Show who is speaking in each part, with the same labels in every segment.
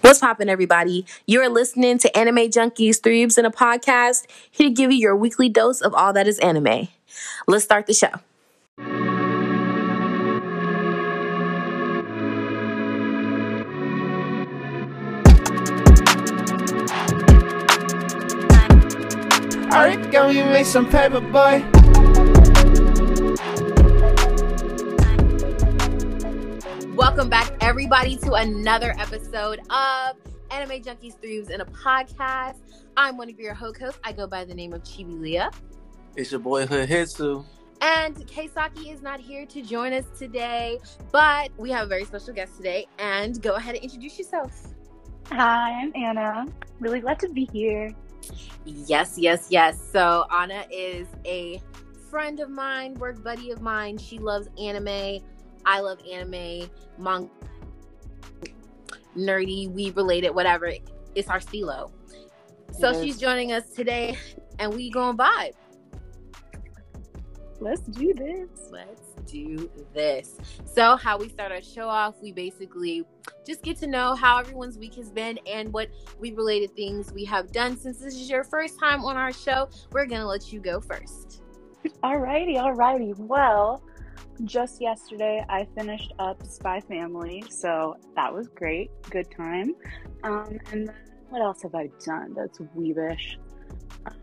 Speaker 1: What's poppin', everybody? You're listening to Anime Junkies, Three Rubes in a Podcast, here to give you your weekly dose of all that is anime. Let's start the show.
Speaker 2: Alright, go you make some paper, boy.
Speaker 1: Welcome back, everybody, to another episode of Anime Junkies, Three Rubes in a Podcast. I'm one of your ho hosts. I go by the name of Chibi Leah.
Speaker 2: It's your boy Hood Hitsu.
Speaker 1: And Keisaki is not here to join us today, but we have a very special guest today. And go ahead and introduce yourself.
Speaker 3: Hi, I'm Anna. Really glad to be here.
Speaker 1: Yes, yes, yes. So Anna is a friend of mine, work buddy of mine. She loves anime. I love anime, manga, nerdy, we related, whatever. It's our stilo. So
Speaker 2: Yes.
Speaker 1: she's joining us today, and we going vibe.
Speaker 3: Let's do this.
Speaker 1: Let's do this. So, how we start our show off, we basically just get to know how everyone's week has been and what we related things we have done. Since this is your first time on our show, we're gonna let you go first.
Speaker 3: Alrighty, alrighty. Well, just yesterday I finished up Spy Family, so that was great. Good time. Um, and then what else have I done that's weebish? Um,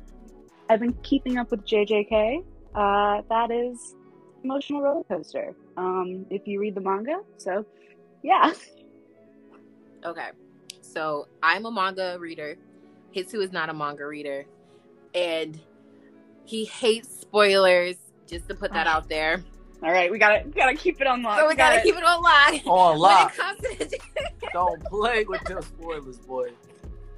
Speaker 3: I've been keeping up with JJK. Uh, that is emotional roller coaster. Um, if you read the manga, so yeah.
Speaker 1: Okay. So I'm a manga reader. Hitsu is not a manga reader. And he hates spoilers, just to put that out there.
Speaker 3: All right, we gotta gotta keep it on lock.
Speaker 1: So we gotta keep it on lock.
Speaker 2: On
Speaker 1: When
Speaker 2: lock.
Speaker 1: it comes to the-
Speaker 2: Don't play with them spoilers, boy.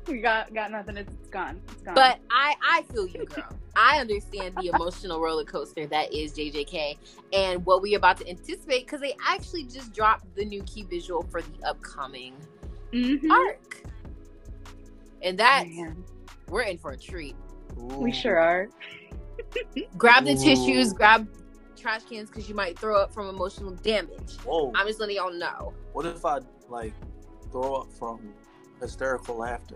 Speaker 3: We got got nothing. It's, it's gone. It's gone.
Speaker 1: But I, I feel you, girl. I understand the emotional roller coaster that is JJK and what we're about to anticipate because they actually just dropped the new key visual for the upcoming Mm-hmm.
Speaker 3: Mhm.
Speaker 1: arc. And that
Speaker 3: Man,
Speaker 1: we're in for a treat.
Speaker 3: we sure are.
Speaker 1: grab the
Speaker 2: Ooh.
Speaker 1: tissues, grab trash cans because you might throw up from emotional damage.
Speaker 2: Whoa.
Speaker 1: I'm just letting y'all know.
Speaker 2: what if I like throw up from hysterical laughter?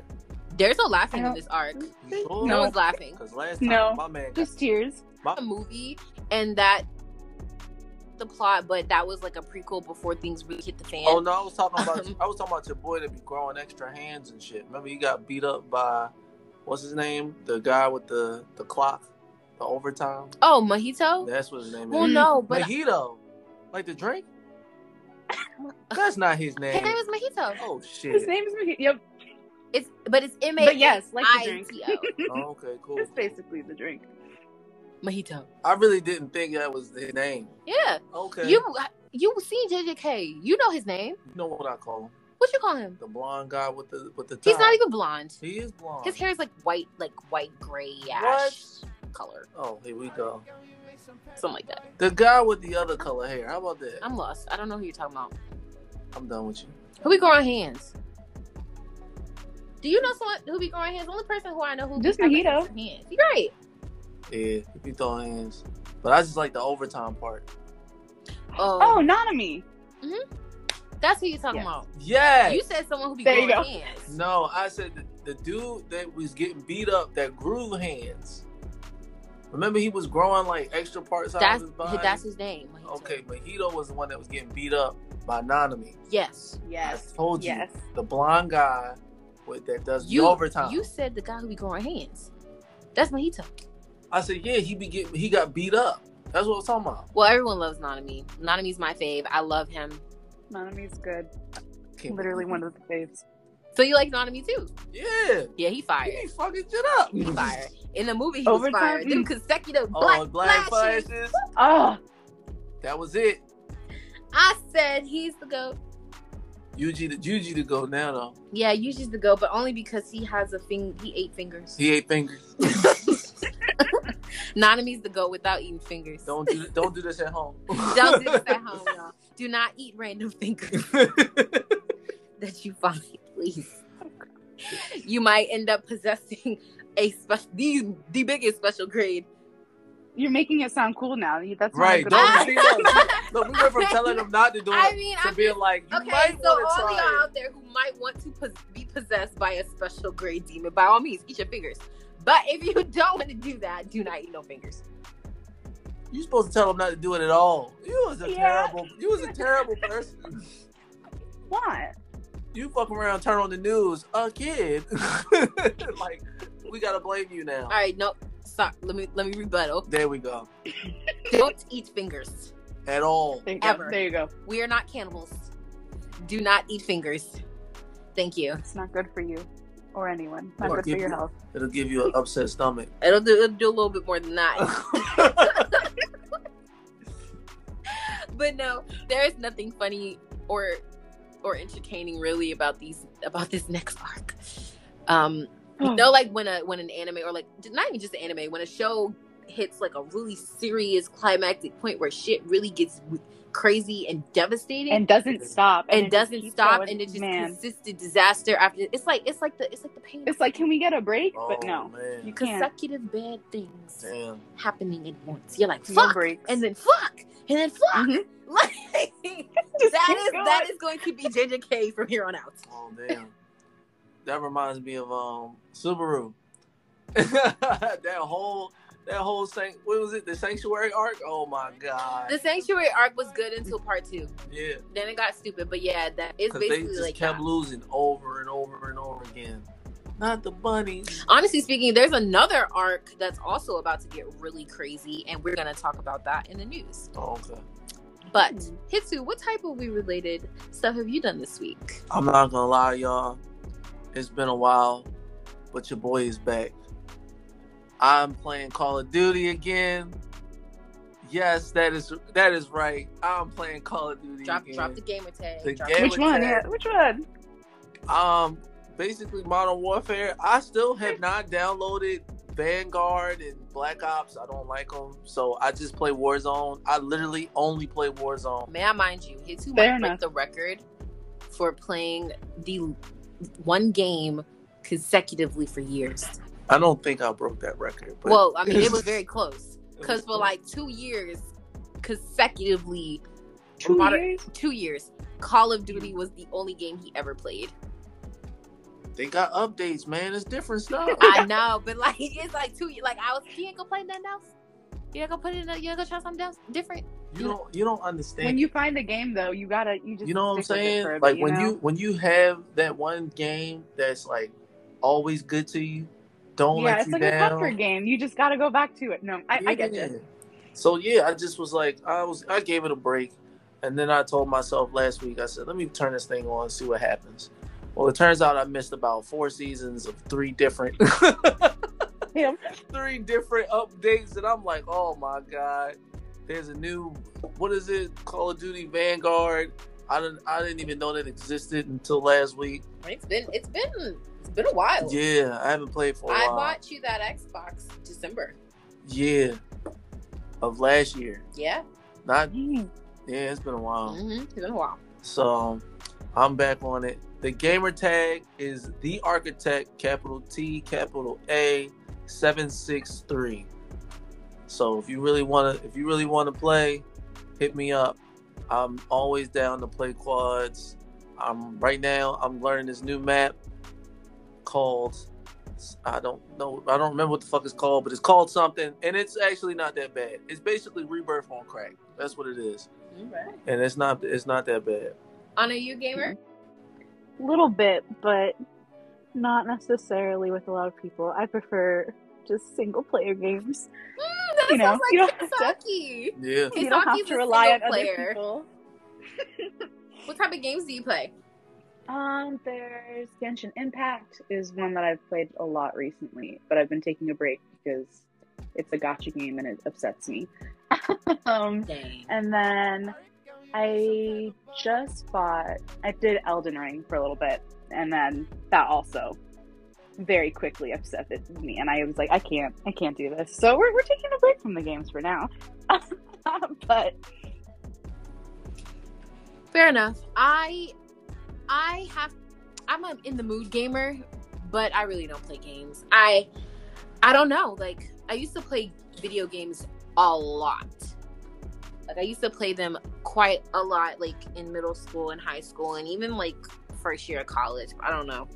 Speaker 1: There's no laughing
Speaker 3: I
Speaker 1: in
Speaker 3: don't-
Speaker 1: this arc.
Speaker 2: You sure?
Speaker 1: No,
Speaker 3: No.
Speaker 1: one's laughing.
Speaker 2: Cause last time
Speaker 3: No.
Speaker 2: my man got
Speaker 3: Just tears.
Speaker 1: A movie and that the plot, but that was like a prequel before things really hit the fan.
Speaker 2: Oh no, I was talking about
Speaker 1: Um.
Speaker 2: I was talking about your boy that be growing extra hands and shit. Remember he got beat up by what's his name? The guy with the the clock, the overtime.
Speaker 1: Oh, Mojito?
Speaker 2: That's what his name
Speaker 1: Well,
Speaker 2: is.
Speaker 1: no, but
Speaker 2: Mojito. Like the drink? That's not his
Speaker 1: his
Speaker 2: name.
Speaker 1: name is Mojito.
Speaker 2: Oh
Speaker 3: His
Speaker 2: shit.
Speaker 3: name is Mah- Yep.
Speaker 1: It's but it's M A
Speaker 3: But yes, like
Speaker 1: I
Speaker 3: the
Speaker 1: T
Speaker 3: drink.
Speaker 1: O.
Speaker 2: Oh, okay, cool.
Speaker 3: It's basically the drink.
Speaker 1: Mojito.
Speaker 2: I really didn't think that was his name.
Speaker 1: Yeah,
Speaker 2: Okay.
Speaker 1: you you see JJK. You know his name.
Speaker 2: You know what I call him?
Speaker 1: What you call him?
Speaker 2: The blonde guy with the with the
Speaker 1: He's
Speaker 2: tie.
Speaker 1: not even blonde.
Speaker 2: He is blonde.
Speaker 1: His hair is like white, like white grayish
Speaker 2: What?
Speaker 1: color.
Speaker 2: Oh, here we go.
Speaker 1: Something like that.
Speaker 2: The guy with the other color hair. How about that? I'm,
Speaker 1: I'm lost. I don't know who you're talking about.
Speaker 2: done with you.
Speaker 1: Who be growing hands? Do you know someone who be growing hands? The only person who I know who
Speaker 3: Just
Speaker 1: be having
Speaker 3: Mojito.
Speaker 1: extra hands. You're right.
Speaker 2: Yeah, if you throw hands. But I just like the overtime part.
Speaker 1: Oh,
Speaker 3: Oh, Nanami.
Speaker 1: that's who you're talking
Speaker 3: Yes.
Speaker 1: about.
Speaker 2: Yeah.
Speaker 1: You said someone who be
Speaker 3: There
Speaker 1: growing
Speaker 3: you go.
Speaker 1: hands.
Speaker 2: No, I said the, the dude that was getting beat up that grew hands. Remember, he was growing like extra parts out
Speaker 1: that's
Speaker 2: of his body.
Speaker 1: that's his name. Mojito.
Speaker 2: okay. Mojito was the one that was getting beat up by Nanami.
Speaker 1: Yes.
Speaker 3: Yes.
Speaker 2: I told you.
Speaker 3: Yes.
Speaker 2: the blonde guy with that does
Speaker 1: You
Speaker 2: the overtime.
Speaker 1: You said the guy who be growing hands. That's Mojito.
Speaker 2: I said, yeah, he be get, he got beat up. That's what I was talking about.
Speaker 1: Well, everyone loves Nanami. Nanami's my fave. I love him.
Speaker 3: Nanami's good.
Speaker 2: Can't
Speaker 3: Literally
Speaker 2: believe
Speaker 3: one of the faves.
Speaker 1: So you like Nanami too?
Speaker 2: it. Yeah,
Speaker 1: Yeah, he
Speaker 2: he
Speaker 1: fired.
Speaker 2: be fucking shit up.
Speaker 1: He fired. In the movie, he was
Speaker 3: Overtime?
Speaker 1: fired. Them consecutive
Speaker 2: Oh,
Speaker 1: black,
Speaker 2: black,
Speaker 1: flashes.
Speaker 2: flashes.
Speaker 3: Oh,
Speaker 2: That was it.
Speaker 1: I said he's the goat.
Speaker 2: Yuji the Juji to go now though.
Speaker 1: Yeah, Yuji's the goat, but only because he has a thing. He ate fingers.
Speaker 2: He eight fingers.
Speaker 1: Nanami's the goat without eating fingers.
Speaker 2: Don't do don't do this at home.
Speaker 1: Don't do this at home, y'all. Do not eat random fingers that you find, please. You might end up possessing a special, the, the biggest special grade
Speaker 3: you're making it sound cool now. That's not a
Speaker 2: Right.
Speaker 3: good
Speaker 2: Don't
Speaker 3: one.
Speaker 2: see us. Look, we went from telling them not to do it
Speaker 1: I mean,
Speaker 2: to
Speaker 1: I'm
Speaker 2: being like, you
Speaker 1: Okay,
Speaker 2: might
Speaker 1: so all
Speaker 2: want to
Speaker 1: y'all
Speaker 2: try it.
Speaker 1: out there who might want to pos- be possessed by a special grade demon, by all means, eat your fingers. But if you don't want to do that, do not eat no fingers.
Speaker 2: You supposed to tell them not to do it at all. You was a
Speaker 3: Yeah.
Speaker 2: terrible. You was a terrible person.
Speaker 3: What?
Speaker 2: You fuck around, turn on the news, a kid. like, we gotta blame you now.
Speaker 1: All right, no, stop. Let me let me rebuttal.
Speaker 2: There we go.
Speaker 1: Don't eat fingers.
Speaker 2: At all.
Speaker 3: There you go.
Speaker 1: Ever.
Speaker 3: There you go.
Speaker 1: We are not cannibals. Do not eat fingers. Thank you.
Speaker 3: It's not good for you or anyone. Not
Speaker 2: Or
Speaker 3: good for
Speaker 2: give
Speaker 3: your
Speaker 2: you-
Speaker 3: health.
Speaker 2: It'll give you an upset stomach.
Speaker 1: It'll do, it'll do a little bit more than that. but no, there is nothing funny or or entertaining really about these about this next arc. Um,
Speaker 3: Oh.
Speaker 1: you know, like when a when an anime or like not even just an anime, when a show hits like a really serious climactic point where shit really gets w- crazy and devastating
Speaker 3: and doesn't stop.
Speaker 1: and
Speaker 3: it just
Speaker 1: doesn't
Speaker 3: keeps
Speaker 1: stop
Speaker 3: going.
Speaker 1: and it's just
Speaker 3: man.
Speaker 1: consistent disaster after it's like it's like the it's like the pain
Speaker 3: It's like, can we get a break?
Speaker 2: oh,
Speaker 3: but no.
Speaker 2: Man.
Speaker 3: You can't.
Speaker 1: consecutive bad things
Speaker 2: Damn.
Speaker 1: happening at once. You're like
Speaker 3: No
Speaker 1: fuck
Speaker 3: breaks.
Speaker 1: and then fuck and then fuck
Speaker 3: Mhm.
Speaker 1: like
Speaker 3: Just
Speaker 1: that
Speaker 3: keep
Speaker 1: is
Speaker 3: going.
Speaker 1: that is going to be JJK from here on out.
Speaker 2: Oh damn. that reminds me of um Subaru. that whole that whole sanct what was it? The sanctuary arc? Oh my god.
Speaker 1: The sanctuary arc was good until part two.
Speaker 2: yeah.
Speaker 1: Then it got stupid, but yeah, that it's
Speaker 2: Because they
Speaker 1: basically
Speaker 2: just
Speaker 1: like
Speaker 2: kept
Speaker 1: that.
Speaker 2: losing over and over and over again. Not the bunnies.
Speaker 1: Honestly speaking, there's another arc that's also about to get really crazy, and we're gonna talk about that in the news.
Speaker 2: Oh, okay.
Speaker 1: But
Speaker 3: Hmm.
Speaker 1: Hitsu, what type of we related stuff have you done this week?
Speaker 2: I'm not gonna lie, y'all. It's been a while, but your boy is back. I'm playing Call of Duty again. Yes, that is that is right. I'm playing Call of Duty
Speaker 1: Drop
Speaker 2: again.
Speaker 1: drop the gamer tag.
Speaker 2: The
Speaker 1: drop
Speaker 2: gamer-
Speaker 3: Which one?
Speaker 2: Yeah.
Speaker 3: Yeah, which one?
Speaker 2: um basically modern warfare i still have not downloaded vanguard and black ops i don't like them so i just play warzone i literally only play warzone
Speaker 1: May I mind you, Hitsu
Speaker 3: Fair
Speaker 1: might break
Speaker 3: enough.
Speaker 1: the record for playing the one game consecutively for years.
Speaker 2: i don't think i broke that record but
Speaker 1: well, I mean, it was very close because for like two years consecutively,
Speaker 3: Two
Speaker 1: Modern-
Speaker 3: years?
Speaker 1: two years, Call of Duty was the only game he ever played.
Speaker 2: they got updates man it's different stuff
Speaker 1: I know, but like it's like two years. Like I was, you ain't gonna play nothing else. You ain't gonna put it. In a, you ain't gonna try something else different.
Speaker 2: you don't you don't
Speaker 3: When
Speaker 2: understand
Speaker 3: you find a game though, you gotta you just
Speaker 2: you know what i'm
Speaker 3: stick with it
Speaker 2: saying
Speaker 3: for a
Speaker 2: like
Speaker 3: bit,
Speaker 2: when
Speaker 3: know?
Speaker 2: you when you have that one game that's like always good to you don't
Speaker 3: yeah,
Speaker 2: let
Speaker 3: it's
Speaker 2: you
Speaker 3: like a
Speaker 2: down
Speaker 3: comfort game. You just gotta go back to it. No, I, I get
Speaker 2: Yeah.
Speaker 3: you.
Speaker 2: So yeah, I just was like, I was, I gave it a break, and then I told myself last week, I said, let me turn this thing on and see what happens. Well, it turns out I missed about four seasons of three different,
Speaker 3: Damn.
Speaker 2: three different updates, and I'm like, oh my god, there's a new, what is it, Call of Duty Vanguard. I didn't, I didn't even know that existed until last week.
Speaker 1: It's been, it's been, it's been a while.
Speaker 3: Oh.
Speaker 2: Yeah, I haven't played for a
Speaker 1: I
Speaker 2: while.
Speaker 1: bought you that Xbox December.
Speaker 2: yeah, of last year.
Speaker 1: Yeah,
Speaker 2: Not
Speaker 3: Mm.
Speaker 2: yeah, it's been a while.
Speaker 1: mm-hmm. it's been a while.
Speaker 2: So I'm back on it. The gamer tag is the architect, capital T, capital A, seven six three. So if you really wanna if you really wanna play, hit me up. I'm always down to play quads. I'm right now I'm learning this new map called I don't know I don't remember what the fuck it's called, but it's called something and it's actually not that bad. It's basically rebirth on crack. That's what it is.
Speaker 1: All right.
Speaker 2: And it's not it's not that bad.
Speaker 1: Anna, you a gamer?
Speaker 3: Little bit, but not necessarily with a lot of people. I prefer just single player games.
Speaker 1: Mm, that
Speaker 3: Mm-hmm. You know,
Speaker 1: sounds
Speaker 3: you
Speaker 1: like
Speaker 3: don't have to-
Speaker 1: Kentucky.
Speaker 2: Yeah.
Speaker 1: He's
Speaker 3: you don't
Speaker 1: talking
Speaker 3: have
Speaker 1: to
Speaker 3: to rely on
Speaker 1: single player.
Speaker 3: other people.
Speaker 1: What type of games do you play?
Speaker 3: Um, there's Genshin Impact is one that I've played a lot recently, but I've been taking a break because it's a gotcha game and it upsets me. um,
Speaker 1: Dang.
Speaker 3: and then I just bought. I did Elden Ring for a little bit, and then that also very quickly upsetted me, and I was like, I can't, I can't do this. So we're we're taking a break from the games for now. but
Speaker 1: Fair enough. I I have I'm a in the mood gamer, but I really don't play games. I I don't know. Like I used to play video games a lot. Like I used to play them quite a lot, like in middle school and high school, and even like first year of college. I don't know.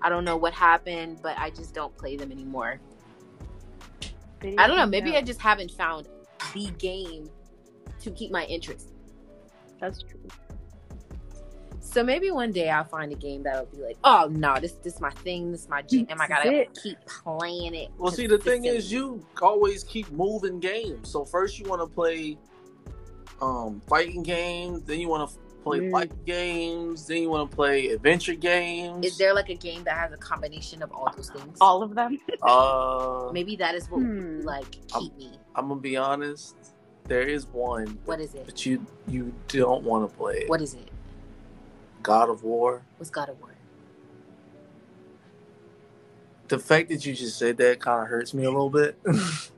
Speaker 1: I don't know what happened, but I just don't play them anymore.
Speaker 3: Video
Speaker 1: I don't know.
Speaker 3: games,
Speaker 1: Maybe
Speaker 3: yeah.
Speaker 1: I just haven't found the game to keep my interest.
Speaker 3: That's true.
Speaker 1: So maybe one day I'll find a game that'll be like, oh no, this this my thing, this my jam. I gotta
Speaker 3: That's
Speaker 1: keep playing it.
Speaker 2: Well, see, the thing
Speaker 1: consistently.
Speaker 2: is, you always keep moving games. So first you want to play um, fighting games, then you want to play
Speaker 3: Mm.
Speaker 2: fight games, then you want to play adventure games.
Speaker 1: is there like a game that has a combination of all those things?
Speaker 3: All of them.
Speaker 2: Uh,
Speaker 1: maybe that is what
Speaker 3: Hmm.
Speaker 1: would like keep me.
Speaker 2: I'm gonna be honest. There is one,
Speaker 1: What is it?
Speaker 2: but you you don't want to play it.
Speaker 1: What is it?
Speaker 2: God of War.
Speaker 1: What's God of War?
Speaker 2: The fact that you just said that kind of hurts me a little bit.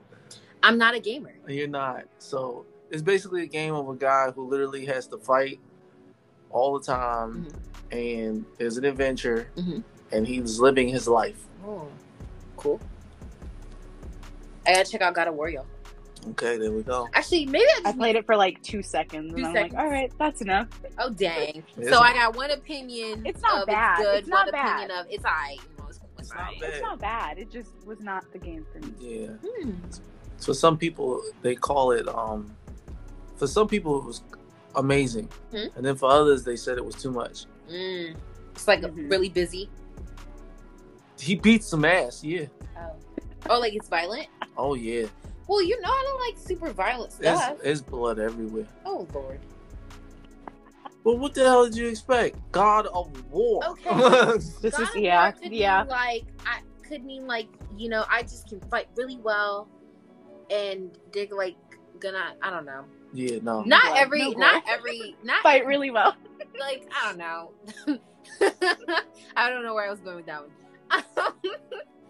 Speaker 1: I'm not a gamer.
Speaker 2: You're not. So it's basically a game of a guy who literally has to fight all the time,
Speaker 1: Mm-hmm.
Speaker 2: and there's an adventure,
Speaker 1: Mhm.
Speaker 2: and he's living his life.
Speaker 1: Oh, cool. I gotta check out God of War, y'all.
Speaker 2: Okay, there we go.
Speaker 1: Actually, maybe I
Speaker 3: I
Speaker 1: just
Speaker 3: played it for like two seconds,
Speaker 1: Two
Speaker 3: and I'm
Speaker 1: seconds.
Speaker 3: like, all right, that's enough.
Speaker 1: Oh dang!
Speaker 2: It's
Speaker 1: so
Speaker 2: not-
Speaker 1: I got one opinion.
Speaker 3: It's not
Speaker 1: of
Speaker 3: bad.
Speaker 1: It's good.
Speaker 3: It's not
Speaker 1: one opinion
Speaker 3: bad.
Speaker 1: of it's alright. You know, it's, it's
Speaker 2: It's not
Speaker 1: alright.
Speaker 2: bad.
Speaker 3: It's not bad. It just was not the game for me.
Speaker 2: Yeah.
Speaker 1: Hmm.
Speaker 2: So some people they call it. um For some people it was amazing,
Speaker 1: Hmm?
Speaker 2: and then for others they said it was too much.
Speaker 1: Mm. It's like
Speaker 3: Mhm.
Speaker 1: really busy.
Speaker 2: He beat some ass. Yeah.
Speaker 1: Oh. oh, like it's violent.
Speaker 2: Oh yeah.
Speaker 1: Well, you know, I don't like super violent
Speaker 2: There's,
Speaker 1: stuff.
Speaker 2: there's blood everywhere.
Speaker 1: Oh lord.
Speaker 2: Well, what the hell did you expect? God of War.
Speaker 1: Okay.
Speaker 3: This
Speaker 1: God of War
Speaker 3: is yeah,
Speaker 1: could mean,
Speaker 3: yeah.
Speaker 1: Like I could mean like you know I just can fight really well, and they're like gonna I don't know.
Speaker 2: yeah. No.
Speaker 3: No
Speaker 1: Not
Speaker 3: gore.
Speaker 1: every,
Speaker 3: Oh No gore.
Speaker 1: not every, not
Speaker 3: Fight really well.
Speaker 1: like I don't know. I don't know where I was going with that one.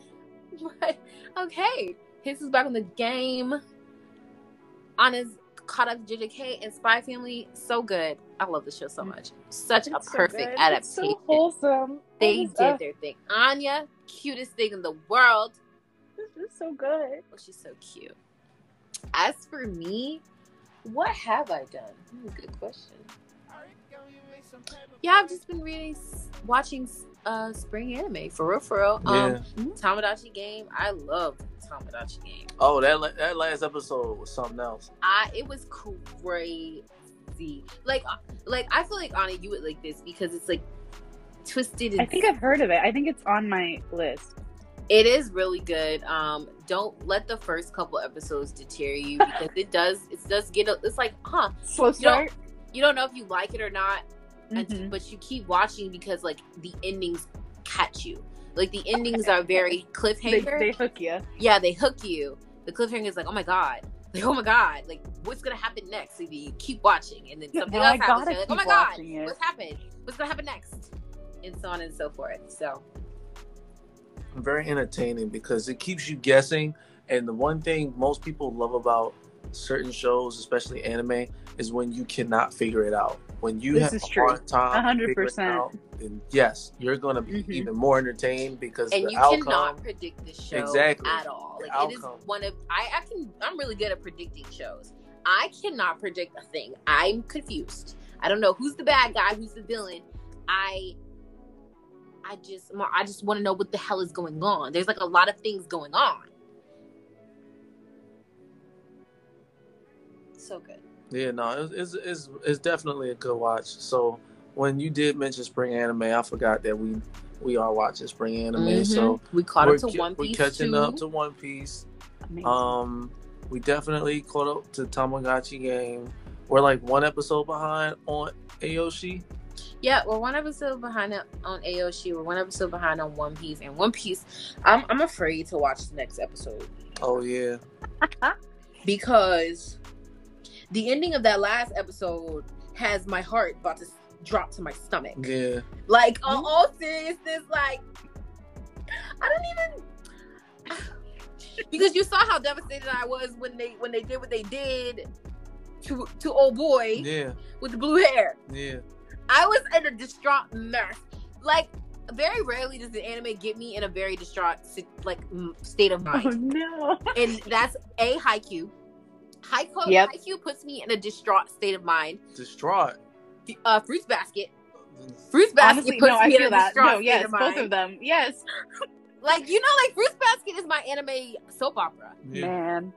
Speaker 1: but okay, his is back on the game. Anna's caught up to JJK and Spy Family. So good. I love the show so much. Such a
Speaker 3: It's so
Speaker 1: perfect
Speaker 3: good. It's
Speaker 1: adaptation.
Speaker 3: so wholesome.
Speaker 1: they
Speaker 3: This is-
Speaker 1: did
Speaker 3: uh,
Speaker 1: their thing. Anya, cutest thing in the world.
Speaker 3: This is so good.
Speaker 1: Oh, she's so cute. As for me, what have I done? Hmm, good question. Yeah, I've just been reading, s- watching uh, spring anime for real, for real. Um,
Speaker 2: Yeah.
Speaker 3: Mm-hmm.
Speaker 1: Tamagotchi game. I love Tamagotchi game.
Speaker 2: Oh, that la- that last episode was something else.
Speaker 1: I it was crazy. Like, uh, like I feel like Anna, you would like this because it's like twisted. And
Speaker 3: I think I've heard of it. I think it's on my list.
Speaker 1: It is really good. Um, don't let the first couple episodes deter you because it does. It does get. A, it's like, huh?
Speaker 3: Slow start.
Speaker 1: You don't know if you like it or not, and-
Speaker 3: Mhm.
Speaker 1: but you keep watching because like the endings catch you. Like the endings are very
Speaker 3: They,
Speaker 1: cliffhanger.
Speaker 3: they hook you.
Speaker 1: yeah, they hook you. The cliffhanger is like, oh my god, like oh my god, like what's gonna happen next? And you keep watching, and then something
Speaker 3: Now I
Speaker 1: else happens.
Speaker 3: gotta
Speaker 1: You're like, oh my
Speaker 3: keep
Speaker 1: god,
Speaker 3: watching it."
Speaker 1: what's happened? What's gonna happen next? And so on and so forth. So
Speaker 2: Very entertaining because it keeps you guessing. And the one thing most people love about certain shows, especially anime, is when you cannot figure it out. When you
Speaker 3: This
Speaker 2: have
Speaker 3: is
Speaker 2: a
Speaker 3: true.
Speaker 2: hard time,
Speaker 3: A hundred
Speaker 2: figuring it
Speaker 3: percent.
Speaker 2: out, Then yes, you're gonna be
Speaker 3: Mhm.
Speaker 2: even more entertained because
Speaker 1: and
Speaker 2: the
Speaker 1: you
Speaker 2: outcome.
Speaker 1: cannot predict the show
Speaker 2: Exactly.
Speaker 1: at all.
Speaker 2: The
Speaker 1: Like it is
Speaker 2: outcome.
Speaker 1: one of I, I can I'm really good at predicting shows. I cannot predict a thing. I'm confused. I don't know who's the bad guy, who's the villain. I I just I just want to know what the hell is going on. There's like a lot of things going on. So good.
Speaker 2: Yeah, no, it's, it's it's it's definitely a good watch. So when you did mention spring anime, I forgot that we we are watching spring anime. So
Speaker 1: Mm-hmm. we caught
Speaker 2: we're,
Speaker 1: up to
Speaker 2: ca-
Speaker 1: One
Speaker 2: we're
Speaker 1: Piece.
Speaker 2: catching
Speaker 1: too.
Speaker 2: up to One Piece.
Speaker 3: Amazing.
Speaker 2: Um, we definitely caught up to Tamagotchi Game. We're like one episode behind on Aoshi.
Speaker 1: Yeah, we're one episode behind on Aoshi. We're one episode behind on One Piece. And One Piece, I'm, I'm afraid to watch the next episode
Speaker 2: Oh yeah,
Speaker 1: because the ending of that last episode has my heart about to s- drop to my stomach.
Speaker 2: yeah. Mm-hmm.
Speaker 1: Like, on all seriousness, like, I don't even. Because you saw how devastated I was when they when they did what they did to to old boy
Speaker 2: Yeah,
Speaker 1: with the blue hair.
Speaker 2: yeah.
Speaker 1: I was in a distraught mess. Like, very rarely does an anime get me in a very distraught si- like m- state of
Speaker 3: oh
Speaker 1: mind,
Speaker 3: no.
Speaker 1: and that's a haiku. High, co-
Speaker 3: Yep.
Speaker 1: high Q puts me in a distraught state of mind.
Speaker 2: Distraught.
Speaker 1: Uh, Fruits Basket. Fruits Basket
Speaker 3: Honestly,
Speaker 1: puts
Speaker 3: no, I
Speaker 1: me in a
Speaker 3: feel that.
Speaker 1: distraught
Speaker 3: No,
Speaker 1: state
Speaker 3: yes,
Speaker 1: of mind.
Speaker 3: both of them. Yes.
Speaker 1: Like you know, like Fruits Basket is my anime soap opera.
Speaker 2: Yeah.
Speaker 3: Man.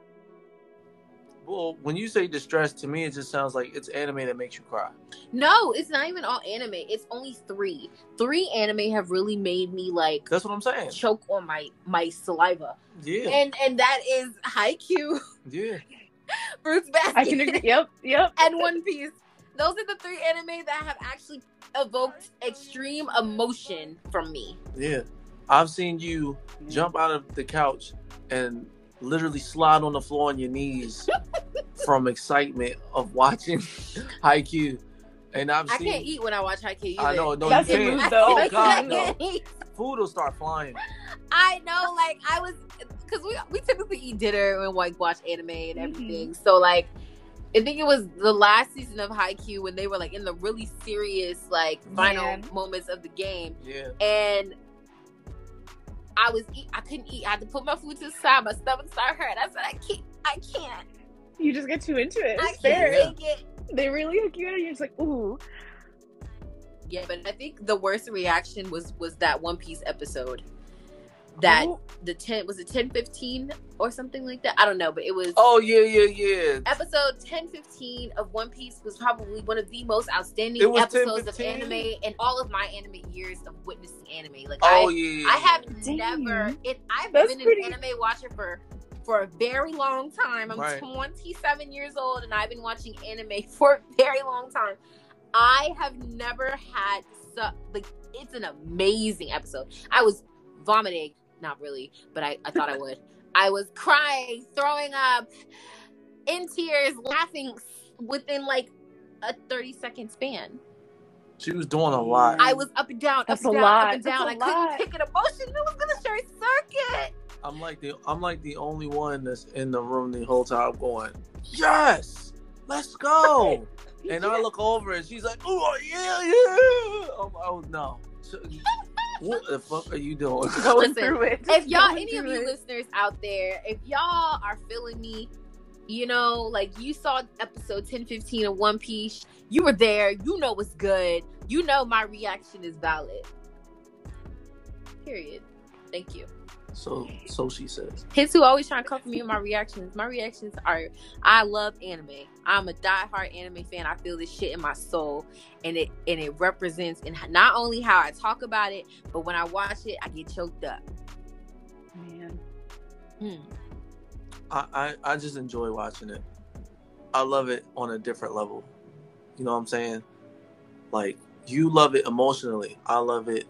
Speaker 2: Well, when you say distress, to me it just sounds like it's anime that makes you cry.
Speaker 1: No, it's not even all anime. It's only three. Three anime have really made me like
Speaker 2: That's what I'm saying.
Speaker 1: choke on my my saliva,
Speaker 2: Yeah,
Speaker 1: and and that is Haikyuu,
Speaker 2: yeah.
Speaker 1: Fruits Basket,
Speaker 3: I can agree. Yep, yep.
Speaker 1: and One Piece. Those are the three anime that have actually evoked extreme emotion from me.
Speaker 2: Yeah. I've seen you jump out of the couch and literally slide on the floor on your knees from excitement of watching Haikyuu. And I've
Speaker 1: I
Speaker 2: seen
Speaker 1: can't eat when I watch Haikyuu.
Speaker 2: I know,
Speaker 1: either.
Speaker 2: no,
Speaker 3: That's
Speaker 2: you
Speaker 3: a
Speaker 2: can't.
Speaker 3: mood, though.
Speaker 2: Oh
Speaker 1: I
Speaker 2: god,
Speaker 1: can't
Speaker 2: no.
Speaker 1: eat.
Speaker 2: Food will start flying.
Speaker 1: I know, like I was, because we we typically eat dinner and like watch anime
Speaker 3: Mm-hmm.
Speaker 1: and everything. So like, I think it was the last season of Haikyuu when they were like in the really serious like final
Speaker 3: Man.
Speaker 1: moments of the game,
Speaker 2: Yeah.
Speaker 1: and I was eat, I couldn't eat. I had to put my food to the side. My stomach started hurting. I said, I can't, I can't,
Speaker 3: You just get too into it.
Speaker 1: I
Speaker 3: It's fair.
Speaker 1: can't
Speaker 2: Yeah.
Speaker 1: take it.
Speaker 3: They really hook you in, and you're just like, ooh.
Speaker 1: Yeah, but I think the worst reaction was was that One Piece episode. That
Speaker 2: Oh.
Speaker 3: Ooh.
Speaker 1: the ten was it ten fifteen or something like that. I don't know, but it was
Speaker 2: Oh yeah, yeah, yeah.
Speaker 1: episode 1015 of One Piece was probably one of the most outstanding
Speaker 2: It was
Speaker 1: episodes of
Speaker 2: 10:15?
Speaker 1: anime in all of my anime years of witnessing anime. Like
Speaker 2: Oh
Speaker 1: I,
Speaker 2: yeah.
Speaker 1: I have
Speaker 3: Dang.
Speaker 1: never it I've
Speaker 3: That's
Speaker 1: been
Speaker 3: pretty-
Speaker 1: an anime watcher for for a very long time. I'm
Speaker 2: Right.
Speaker 1: 27 years old and I've been watching anime for a very long time. I have never had so like it's an amazing episode. I was vomiting, not really, but I, I thought I would. I was crying, throwing up, in tears, laughing s- within like a 30 second span.
Speaker 2: She was doing a lot.
Speaker 1: I was up and down, up
Speaker 3: Mm. That's
Speaker 1: and
Speaker 3: a
Speaker 1: down,
Speaker 3: lot.
Speaker 1: up and down. I
Speaker 3: That's a lot.
Speaker 1: couldn't pick an emotion that was gonna short circuit.
Speaker 2: I'm like the I'm like the only one that's in the room the whole time going, Yes, let's go. And I look over and she's like, Oh yeah, yeah. Oh, oh no. So- what the fuck are you doing?
Speaker 3: going
Speaker 1: Listen,
Speaker 3: through it.
Speaker 1: If y'all,
Speaker 3: Going
Speaker 1: any of
Speaker 3: through
Speaker 1: you
Speaker 3: it.
Speaker 1: listeners out there, if y'all are feeling me, you know, like you saw episode 1015 of One Piece, you were there, you know what's good, you know my reaction is valid. Period. Thank you.
Speaker 2: So so she says.
Speaker 1: Kids who always trying to comfort me with my reactions. My reactions are I love anime. I'm a diehard anime fan. I feel this shit in my soul. And it and it represents and not only how I talk about it, but when I watch it, I get choked up.
Speaker 3: Man.
Speaker 2: I, I, I just enjoy watching it. I love it on a different level. You know what I'm saying? Like you love it emotionally. I love it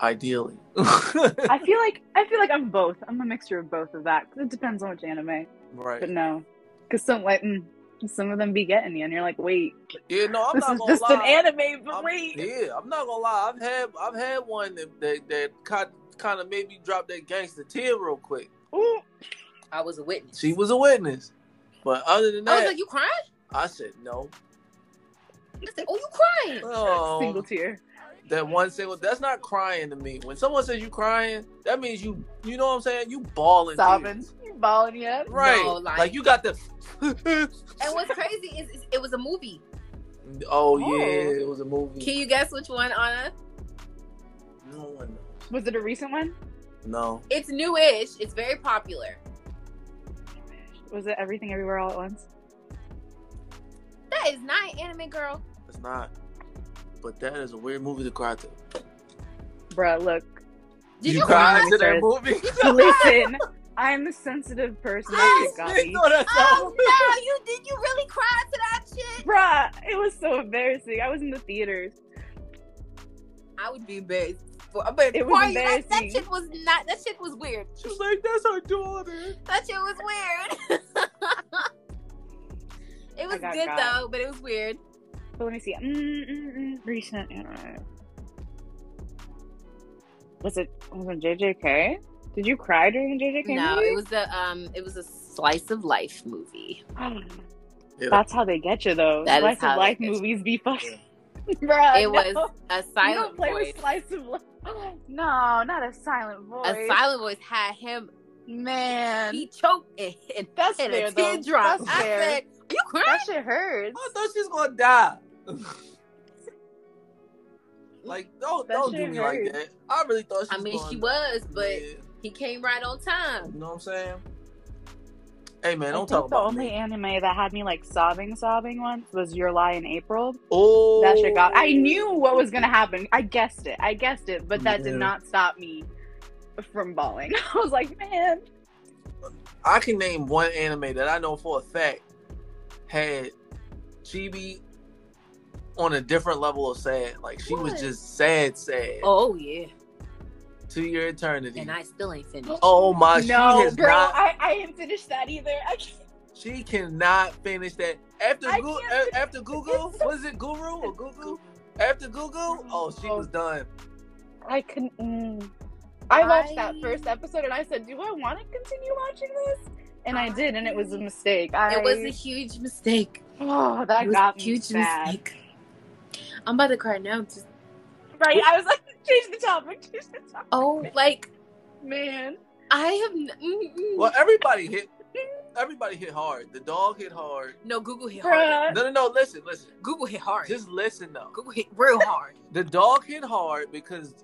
Speaker 2: ideally.
Speaker 3: I feel like I feel like I'm both. I'm a mixture of both of that. 'cause it depends on which anime. But
Speaker 2: right.
Speaker 3: no, because some like mm, some of them be getting you, and you're like, wait,
Speaker 2: Yeah, no, I'm
Speaker 3: this
Speaker 2: not
Speaker 3: is
Speaker 2: gonna
Speaker 3: just
Speaker 2: lie.
Speaker 3: an anime, but
Speaker 2: I'm-
Speaker 3: wait.
Speaker 2: Yeah, I'm not gonna lie. I've had I've had one that that, that kind, kind of made me drop that gangster tear real quick.
Speaker 3: Ooh.
Speaker 1: I was a witness.
Speaker 2: She was a witness, but other than
Speaker 1: I
Speaker 2: that,
Speaker 1: was like, You crying?
Speaker 2: I said no.
Speaker 1: I said, Oh, you crying.
Speaker 2: Oh,
Speaker 3: Single tear.
Speaker 2: that one single that's not crying to me. When someone says you crying, that means you you know what I'm saying. You balling,
Speaker 3: Sobbing. You balling yet?
Speaker 2: right?
Speaker 1: No,
Speaker 2: like,
Speaker 1: like-
Speaker 2: you got the.
Speaker 1: And what's crazy is, is it was a movie.
Speaker 2: oh
Speaker 3: Oh.
Speaker 2: yeah, it was a movie.
Speaker 1: Can you guess which one, Anna?
Speaker 2: no one.
Speaker 3: Was it a recent one?
Speaker 2: No.
Speaker 1: It's newish. It's very popular.
Speaker 3: Was it Everything Everywhere All at Once?
Speaker 1: That is not an anime girl.
Speaker 2: It's not. But that is a weird movie to cry to.
Speaker 3: Bruh, look.
Speaker 1: Did you,
Speaker 2: cry
Speaker 1: cry?
Speaker 2: to that movie?
Speaker 3: Listen, I'm a sensitive person. That shit got me.
Speaker 2: No, that's not-
Speaker 1: Oh no, you did you really cry to that shit?
Speaker 3: Bruh, it was so embarrassing. I was in the theaters.
Speaker 1: I would be embarrassed. For, but
Speaker 3: It
Speaker 1: it
Speaker 3: was
Speaker 1: was that, that
Speaker 3: embarrassing.
Speaker 1: shit was not that shit was weird.
Speaker 2: She's like, that's her daughter.
Speaker 1: That shit was weird. it was
Speaker 3: got
Speaker 1: good
Speaker 3: got.
Speaker 1: though, but it was weird.
Speaker 3: But let me see. Mm-mm-mm. Recent anime. Was it was it JJK? Did you cry during the JJK?
Speaker 1: No,
Speaker 3: movie?
Speaker 1: it was a um it was a slice of life movie.
Speaker 2: Yeah.
Speaker 3: That's how they get you, though.
Speaker 1: That is
Speaker 3: slice
Speaker 1: how
Speaker 3: of
Speaker 1: they
Speaker 3: life
Speaker 1: get you.
Speaker 3: movies be fucking. Bruh,
Speaker 1: It
Speaker 3: no.
Speaker 1: was a
Speaker 3: You don't
Speaker 1: silent
Speaker 3: play
Speaker 1: voice.
Speaker 3: with slice of life. No, not a silent voice.
Speaker 1: A silent voice had him
Speaker 3: Man,
Speaker 1: He choked and, and,
Speaker 3: that's
Speaker 1: and
Speaker 3: fair
Speaker 1: a
Speaker 3: though.
Speaker 1: teardrop.
Speaker 3: That's
Speaker 1: I
Speaker 3: fair.
Speaker 1: said, "Are you crying?"
Speaker 3: that shit hurts.
Speaker 2: I thought she was gonna die. like, don't
Speaker 3: That
Speaker 2: don't do
Speaker 3: shit
Speaker 2: me like
Speaker 3: hurts.
Speaker 2: that. I really thought she.
Speaker 1: I
Speaker 2: was
Speaker 1: mean,
Speaker 2: gonna
Speaker 1: she
Speaker 2: die.
Speaker 1: was, but
Speaker 2: Yeah,
Speaker 1: he came right on time.
Speaker 2: you know what I'm saying? Hey man,
Speaker 3: I
Speaker 2: don't
Speaker 3: think
Speaker 2: talk
Speaker 3: the
Speaker 2: about
Speaker 3: only
Speaker 2: me.
Speaker 3: anime that had me like sobbing, sobbing once was Your Lie in April.
Speaker 2: Oh,
Speaker 3: That shit got. I knew what was gonna happen. I guessed it. I guessed it, but that
Speaker 2: Yeah.
Speaker 3: did not stop me from bawling. I was like, man,
Speaker 2: I can name one anime that I know for a fact had Chibi on a different level of sad. Like she was
Speaker 1: What?
Speaker 2: just sad, sad
Speaker 1: Oh yeah,
Speaker 2: to your eternity.
Speaker 1: and I still ain't finished.
Speaker 2: oh my, she
Speaker 3: no,
Speaker 2: has
Speaker 3: girl,
Speaker 2: not.
Speaker 3: I, I didn't finish that either. I can't,
Speaker 2: she cannot finish that after
Speaker 3: I
Speaker 2: Gu-
Speaker 3: can't
Speaker 2: a- after Google. Was it Guru or Google? After Google, oh she was done.
Speaker 3: I couldn't. mm. I watched
Speaker 1: I-
Speaker 3: that first episode and I said, do I want to continue watching this? And I
Speaker 1: I-
Speaker 3: did, and it was a mistake. I,
Speaker 1: It was a huge mistake.
Speaker 3: oh, that
Speaker 1: it was
Speaker 3: got
Speaker 1: a huge
Speaker 3: me sad.
Speaker 1: mistake. I'm about to cry now. Just
Speaker 3: Right? I was like, change the topic, change the topic.
Speaker 1: oh, like
Speaker 3: Man,
Speaker 1: I have n- mm, mm.
Speaker 2: Well, everybody hit. Everybody hit hard. The dog hit hard.
Speaker 1: no Google hit hard.
Speaker 3: bruh.
Speaker 2: No, no, no. Listen, listen.
Speaker 1: Google hit hard.
Speaker 2: Just listen though.
Speaker 1: Google hit real hard.
Speaker 2: The dog hit hard because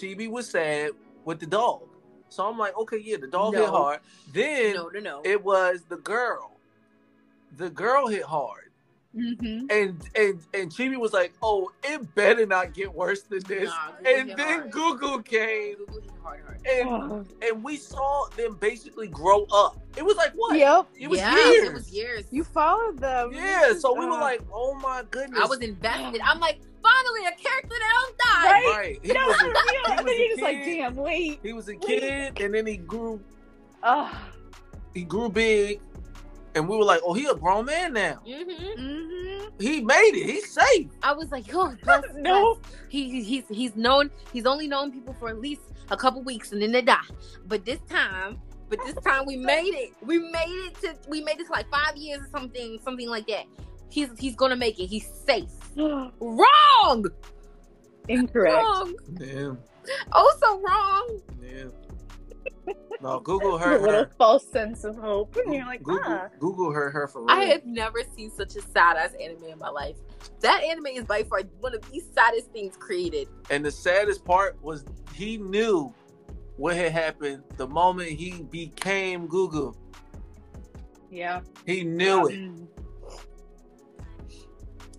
Speaker 2: Chibi was sad with the dog. So I'm like, okay, yeah, the dog hit
Speaker 1: No.
Speaker 2: hard. Then
Speaker 1: no, no, no.
Speaker 2: it was the girl. The girl hit hard.
Speaker 3: Mm-hmm.
Speaker 2: And and and Chibi was like, oh, it better not get worse than this.
Speaker 1: Nah, Google
Speaker 2: and
Speaker 1: hit
Speaker 2: then
Speaker 1: hard.
Speaker 2: Google came
Speaker 1: Google hit hard, hard.
Speaker 2: and and we saw them basically grow up. It was like what?
Speaker 3: Yep.
Speaker 2: It was
Speaker 1: yeah,
Speaker 2: years.
Speaker 1: It was years.
Speaker 3: You followed them.
Speaker 2: yeah, so we were
Speaker 3: Uh,
Speaker 2: like, oh my goodness.
Speaker 1: I was invested. I'm like, finally, a character that don't die.
Speaker 3: Right?
Speaker 2: right. He
Speaker 3: no,
Speaker 2: was
Speaker 3: for
Speaker 2: a-
Speaker 3: real.
Speaker 2: he was
Speaker 3: And then
Speaker 2: a
Speaker 3: you're just like,
Speaker 2: kid.
Speaker 3: damn, wait.
Speaker 2: He was a
Speaker 3: Wait.
Speaker 2: kid, and then he grew.
Speaker 3: Ugh.
Speaker 2: He grew big, and we were like, "Oh, he a grown man now.
Speaker 1: hmm
Speaker 3: Mm-hmm.
Speaker 2: He made it. He's safe."
Speaker 1: I was like, oh, yo, bless,
Speaker 3: No.
Speaker 1: bless. He, he- he's he's known. He's only known people for at least a couple weeks, and then they die. But this time, but this time we made it. We made it to we made it to like five years or something, something like that. He's he's gonna make it. He's safe. Wrong.
Speaker 3: Incorrect.
Speaker 1: Wrong.
Speaker 2: Yeah,
Speaker 1: Oh, so wrong.
Speaker 2: yeah. No, Google
Speaker 3: A
Speaker 2: hurt
Speaker 3: little
Speaker 2: her.
Speaker 3: false sense of hope. And you're like,
Speaker 2: Google,
Speaker 3: ah.
Speaker 2: Google hurt her for real.
Speaker 1: I have never seen such a sad ass anime in my life. That anime is by far one of the saddest things created.
Speaker 2: and the saddest part was he knew what had happened the moment he became Google.
Speaker 3: Yeah.
Speaker 2: He knew it.
Speaker 3: Mm.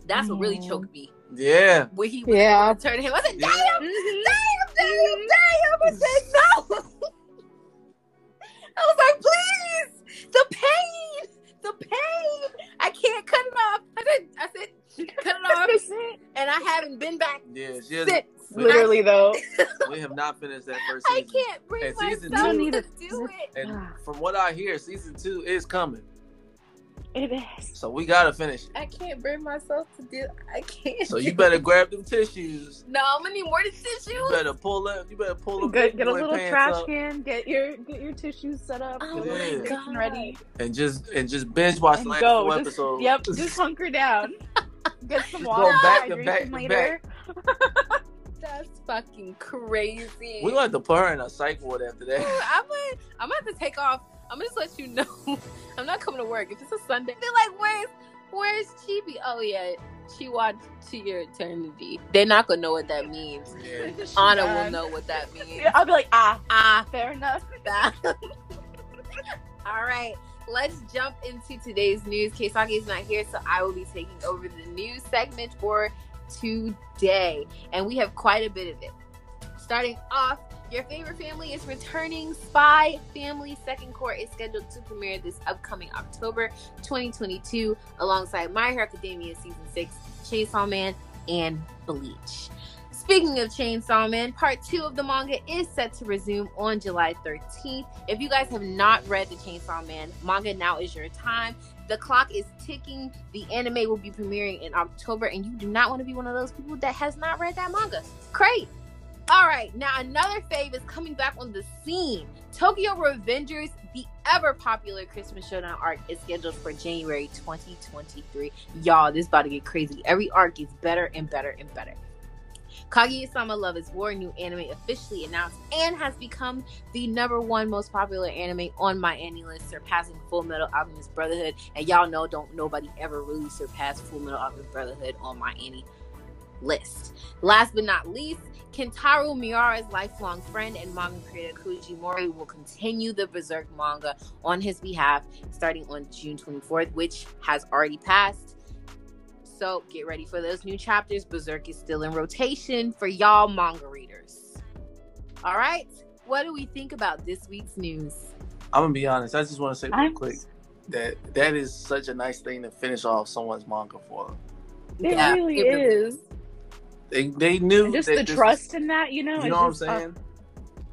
Speaker 1: That's what really
Speaker 3: Yeah.
Speaker 1: choked me.
Speaker 2: Yeah.
Speaker 1: When he was
Speaker 3: Yeah.
Speaker 1: yeah. turned him, I said,
Speaker 2: Yeah.
Speaker 1: "Damn,
Speaker 3: Mhm.
Speaker 1: damn, damn, damn!" I said, "No." I was like, "Please, the pain, the pain. I can't cut it off." I said, "I said, cut it off," and I haven't been back
Speaker 2: Yeah, she has,
Speaker 1: since.
Speaker 3: Literally, though.
Speaker 2: we have not finished that first
Speaker 1: I
Speaker 2: season.
Speaker 1: can't bring
Speaker 2: And season
Speaker 1: myself
Speaker 2: two-
Speaker 1: to
Speaker 3: You
Speaker 1: do
Speaker 3: don't
Speaker 1: it.
Speaker 3: Ah.
Speaker 2: And from what I hear, season two is coming.
Speaker 3: It is.
Speaker 2: So we gotta finish it.
Speaker 1: I can't bring myself to do. I can't.
Speaker 2: So you better grab them tissues.
Speaker 1: No, I'm gonna need more than
Speaker 2: You
Speaker 1: tissues.
Speaker 2: better pull up. You better pull up.
Speaker 3: Get, get a
Speaker 2: boy
Speaker 3: little
Speaker 2: pants
Speaker 3: trash
Speaker 2: up
Speaker 3: can. Get your get your tissues set up.
Speaker 1: Oh
Speaker 3: get your
Speaker 2: my
Speaker 3: little
Speaker 2: God.
Speaker 3: station ready.
Speaker 2: and just and just binge watch the
Speaker 3: and
Speaker 2: last
Speaker 3: go.
Speaker 2: two
Speaker 3: Just-
Speaker 2: episodes.
Speaker 3: Yep, just hunker down. Get some
Speaker 2: go
Speaker 3: water.
Speaker 2: back to
Speaker 3: hydration
Speaker 2: back to
Speaker 3: later.
Speaker 1: That's fucking crazy.
Speaker 2: we gonna have to put her in a psych ward after
Speaker 1: Dude,
Speaker 2: that.
Speaker 1: I'm gonna, I'm gonna have to take off. I'm gonna just let you know. I'm not coming to work. If it's a Sunday, they're like, where's, where's Chibi? Oh yeah, she watched to your eternity. They're not gonna know what that means.
Speaker 2: Yeah.
Speaker 1: Anna
Speaker 3: Yeah.
Speaker 1: will know what that means.
Speaker 3: Yeah, I'll be like, ah,
Speaker 1: Ah,
Speaker 3: fair enough.
Speaker 1: that. All right, let's jump into today's news. Kesaki is not here, so I will be taking over the news segment for today, and we have quite a bit of it. Starting off, your favorite family is returning. Spy Family Second Court is scheduled to premiere this upcoming October 2022 alongside My Hero Academia Season 6, Chainsaw Man, and Bleach. Speaking of Chainsaw Man, part two of the manga is set to resume on July 13th. If you guys have not read the Chainsaw Man manga, now is your time. The clock is ticking. The anime will be premiering in October, and you do not want to be one of those people that has not read that manga. Great. All right, now another fave is coming back on the scene. Tokyo Revengers, the ever popular Christmas Showdown arc, is scheduled for January 2023. Y'all, this about to get crazy. Every arc gets better and better and better. Kaguya-sama Love is War new anime officially announced and has become the number one most popular anime on my anime list, surpassing Full Metal Alchemist Brotherhood. And y'all know, don't nobody ever really surpass Full Metal Alchemist Brotherhood on my anime list. Last but not least, Kentaro Miura's lifelong friend and manga creator Kuji Mori will continue the Berserk manga on his behalf starting on June 24th, which has already passed. So get ready for those new chapters. Berserk is still in rotation for y'all manga readers. All right, what do we think about this week's news?
Speaker 2: I'm gonna be honest. I just want to say real
Speaker 3: I'm-
Speaker 2: quick that that is such a nice thing to finish off someone's manga for. them.
Speaker 3: It
Speaker 1: Yeah,
Speaker 3: really
Speaker 1: it really
Speaker 3: is.
Speaker 2: They they knew
Speaker 3: And just
Speaker 2: that
Speaker 3: the
Speaker 2: this-
Speaker 3: trust in that, you know.
Speaker 2: You
Speaker 3: it's
Speaker 2: know what I'm
Speaker 3: just, uh,
Speaker 2: saying?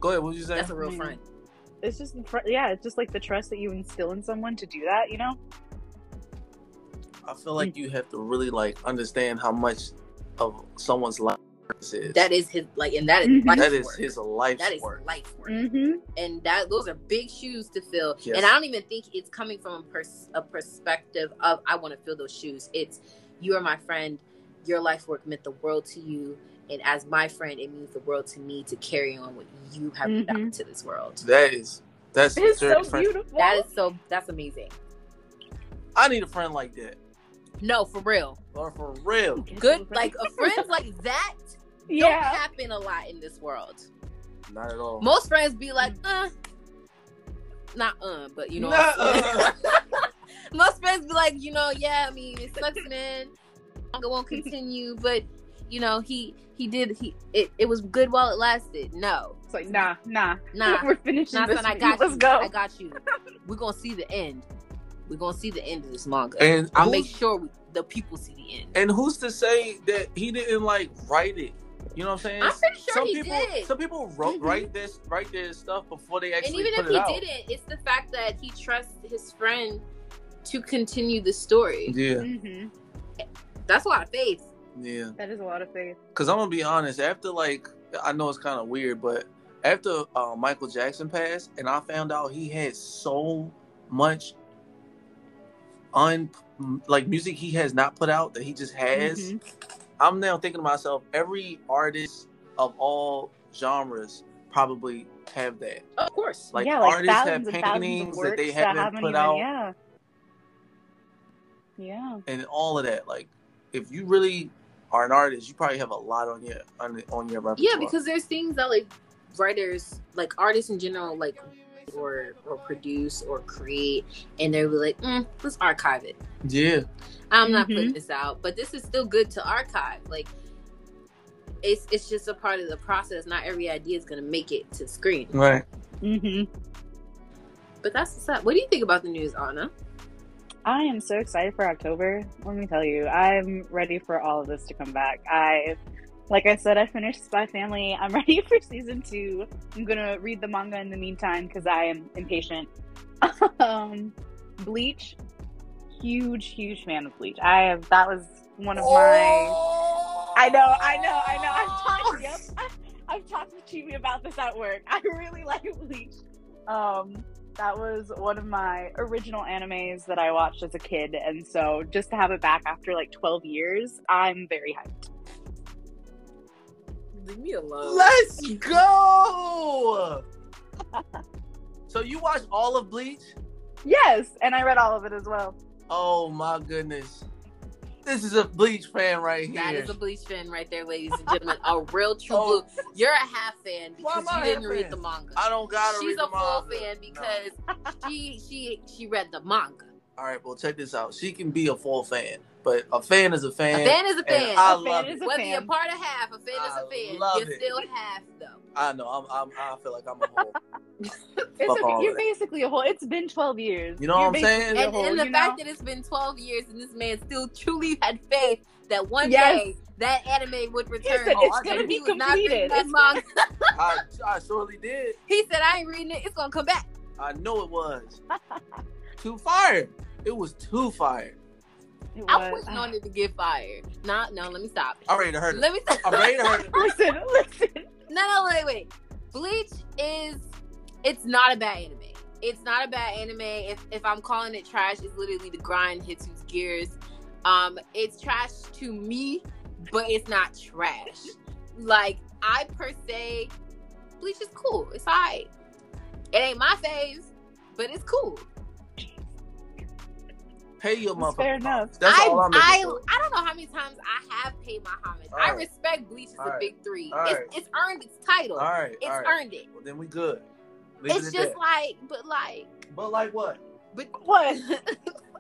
Speaker 2: Go ahead. What you saying?
Speaker 1: That's a real friend.
Speaker 3: it's just, the fr- yeah, it's just like the trust that you instill in someone to do that, you know.
Speaker 2: I feel like you have to really like understand how much of someone's life this is.
Speaker 1: That is his like, and that is
Speaker 3: Mhm.
Speaker 1: life
Speaker 2: that is
Speaker 1: work.
Speaker 2: his life's
Speaker 1: that is
Speaker 2: work.
Speaker 1: life work.
Speaker 3: Mm-hmm.
Speaker 1: and that those are big shoes to fill.
Speaker 2: Yes.
Speaker 1: And I don't even think it's coming from a, pers- a perspective of I want to fill those shoes. It's you are my friend. Your life work meant the world to you, and as my friend, it means the world to me to carry on what you have
Speaker 3: Mhm.
Speaker 1: done to this world.
Speaker 2: that is that's
Speaker 3: It's
Speaker 2: very
Speaker 3: so
Speaker 2: friend-
Speaker 3: beautiful.
Speaker 1: That is so. That's amazing.
Speaker 2: I need a friend like that.
Speaker 1: No, for real.
Speaker 2: Or for real.
Speaker 1: Good, like a friend like that don't
Speaker 3: yeah.
Speaker 1: happen a lot in this world.
Speaker 2: Not at all.
Speaker 1: Most friends be like, uh, not uh, but you know. what I'm saying?
Speaker 2: Nuh-uh.
Speaker 1: most friends be like, you know, yeah, I mean, it sucks, man. Manga won't continue, but you know, he he did he it, it was good while it lasted. No,
Speaker 3: It's like nah, nah,
Speaker 1: nah,
Speaker 3: We're finishing
Speaker 1: nah,
Speaker 3: this.
Speaker 1: son, I
Speaker 3: week.
Speaker 1: got
Speaker 3: Let's
Speaker 1: you.
Speaker 3: go.
Speaker 1: I got you. We're gonna see the end. We're gonna see the end of this manga.
Speaker 2: and
Speaker 1: I'll
Speaker 2: who's-
Speaker 1: make sure we, the people see the end.
Speaker 2: and who's to say that he didn't like write it? You know what I'm saying?
Speaker 1: I'm pretty sure
Speaker 2: some
Speaker 1: he
Speaker 2: people
Speaker 1: did. Mm-hmm.
Speaker 2: some people wrote
Speaker 3: Mhm.
Speaker 2: write this write their stuff before they
Speaker 1: and
Speaker 2: actually
Speaker 1: even
Speaker 2: put
Speaker 1: if
Speaker 2: it
Speaker 1: he
Speaker 2: out.
Speaker 1: didn't, it's the fact that he trusts his friend to continue the story.
Speaker 2: Yeah,
Speaker 3: Mhm.
Speaker 1: That's a lot of faith.
Speaker 2: yeah.
Speaker 3: That is a lot of faith.
Speaker 2: Cause I'm gonna be honest. After like, I know it's kind of weird, but after uh, Michael Jackson passed, and I found out he had so much un like music he has not put out that he just has.
Speaker 3: Mhm.
Speaker 1: Mm-hmm.
Speaker 2: I'm now thinking to myself, every artist of all genres probably have that.
Speaker 1: Of course.
Speaker 2: Like,
Speaker 3: yeah, like
Speaker 2: artists
Speaker 3: thousands
Speaker 2: have
Speaker 3: and thousands of
Speaker 2: paintings that
Speaker 3: works
Speaker 2: they
Speaker 3: that
Speaker 2: haven't
Speaker 3: haven't
Speaker 2: put
Speaker 3: even,
Speaker 2: out.
Speaker 3: Yeah. Yeah.
Speaker 2: and all of that. Like, if you really are an artist, you probably have a lot on your on, on your repertoire.
Speaker 1: Yeah, because there's things that like writers, like artists in general, like or or produce or create, and they'll be like, mm, let's archive it.
Speaker 2: yeah,
Speaker 1: I'm not
Speaker 3: Mhm.
Speaker 2: Mm-hmm.
Speaker 1: putting this out, but this is still good to archive. Like, it's it's just a part of the process. Not every idea is gonna make it to the screen.
Speaker 2: right.
Speaker 3: Mm-hmm.
Speaker 1: But that's what's up. What do you think about the news, Anna?
Speaker 3: I am so excited for October. Let me tell you, I'm ready for all of this to come back. I, like I said, I finished Spy Family. I'm ready for season two. I'm gonna read the manga in the meantime because I am impatient. um, Bleach, huge, huge fan of Bleach. I have that was one of
Speaker 2: Oh!
Speaker 3: my. I know, I know, I know. I've talked. Yep, I've talked to Chibi about this at work. I really like Bleach. Um, that was one of my original animes that I watched as a kid, and so just to have it back after like 12 years, I'm very hyped.
Speaker 1: Leave me alone.
Speaker 2: Let's go. so you watched all of Bleach?
Speaker 3: Yes, and I read all of it as well.
Speaker 2: Oh my goodness, this is a Bleach fan right
Speaker 1: That
Speaker 2: here.
Speaker 1: is a bleach fan right there, ladies and gentlemen. a real true blue. You're a half fan
Speaker 2: Oh. Why
Speaker 1: because
Speaker 2: am I
Speaker 1: you didn't
Speaker 2: half
Speaker 1: read
Speaker 2: fan?
Speaker 1: the manga.
Speaker 2: I don't gotta
Speaker 1: She's
Speaker 2: read
Speaker 1: a
Speaker 2: the
Speaker 1: full
Speaker 2: manga.
Speaker 1: fan
Speaker 2: No.
Speaker 1: because she she she read the manga.
Speaker 2: All right, well check this out. She can be a full fan, but a fan is a
Speaker 1: A
Speaker 2: fan.
Speaker 1: fan is a
Speaker 2: and
Speaker 1: fan.
Speaker 2: I
Speaker 3: A fan
Speaker 2: love
Speaker 3: is
Speaker 2: it.
Speaker 3: a
Speaker 1: Whether you're
Speaker 3: fan.
Speaker 1: part of half, a fan is
Speaker 2: I
Speaker 1: a fan.
Speaker 2: love
Speaker 1: you're
Speaker 2: it.
Speaker 1: still half though.
Speaker 2: I know. I'm, I'm. I feel like I'm a whole.
Speaker 3: It's
Speaker 2: Fuck
Speaker 3: okay.
Speaker 2: all of
Speaker 3: You're
Speaker 2: that.
Speaker 3: basically a whole. It's been 12 years.
Speaker 2: You know what I'm
Speaker 3: You're basically
Speaker 2: saying?
Speaker 3: a
Speaker 1: And,
Speaker 3: whole,
Speaker 1: and the
Speaker 3: you
Speaker 1: fact
Speaker 3: know?
Speaker 1: that it's been 12 years and this man still truly had faith that one
Speaker 3: Yes.
Speaker 1: day that anime would return. oh,
Speaker 3: said, "It's
Speaker 1: I
Speaker 3: gonna
Speaker 1: know
Speaker 3: be
Speaker 1: he was not reading
Speaker 3: completed."
Speaker 1: That manga.
Speaker 2: I, I surely did.
Speaker 1: He said, "I ain't reading it. It's gonna come back."
Speaker 2: I know it was. too fire. It was too fire.
Speaker 3: It
Speaker 1: I'm
Speaker 3: was-
Speaker 1: waiting on it to get fired. No, no, let me stop.
Speaker 2: I ready to hurt it.
Speaker 1: Let me stop.
Speaker 2: I'm ready to hurt it.
Speaker 3: Listen, listen.
Speaker 1: No, no, wait, wait. Bleach is it's not a bad anime. It's not a bad anime. If if I'm calling it trash, it's literally the grind hits its gears. Um, it's trash to me, but it's not trash. Like I per se, bleach is cool. It's alright. It ain't my phase, but it's cool.
Speaker 2: Pay your
Speaker 3: That's
Speaker 2: motherfucker.
Speaker 3: fair enough.
Speaker 2: That's
Speaker 1: I,
Speaker 2: all I'm
Speaker 1: I,
Speaker 2: for.
Speaker 1: I don't know how many times I have paid my homage.
Speaker 2: All
Speaker 1: I
Speaker 2: right.
Speaker 1: respect Bleach as
Speaker 2: All
Speaker 1: a
Speaker 2: right.
Speaker 1: big three.
Speaker 2: All
Speaker 1: it's,
Speaker 2: right.
Speaker 1: it's earned its title.
Speaker 2: All right.
Speaker 1: It's
Speaker 2: all right.
Speaker 1: earned it.
Speaker 2: Well, then we good. Leave
Speaker 1: it's
Speaker 2: it
Speaker 1: just
Speaker 2: at that.
Speaker 1: like, but like,
Speaker 2: but like what?
Speaker 1: but
Speaker 3: What?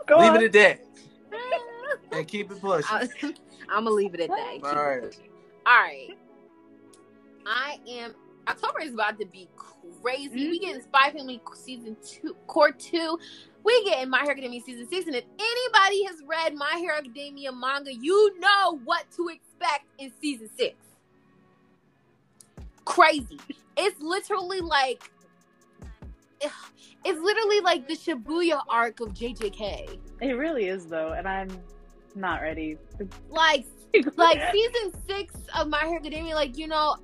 Speaker 3: Go
Speaker 2: Leave
Speaker 3: on.
Speaker 2: it at that and keep it pushing.
Speaker 1: I, I'm gonna leave it at that.
Speaker 2: All right.
Speaker 1: All right. I am. October is about to be crazy. We getting Spy Family season two, core two. We getting My Hero Academia season six. And if anybody has read My Hero Academia manga, you know what to expect in season six. Crazy. It's literally like. ugh, It's literally like the Shibuya arc of JJK.
Speaker 3: It really is though, and I'm not ready.
Speaker 1: Like like season six of My Hero Academia, like you know,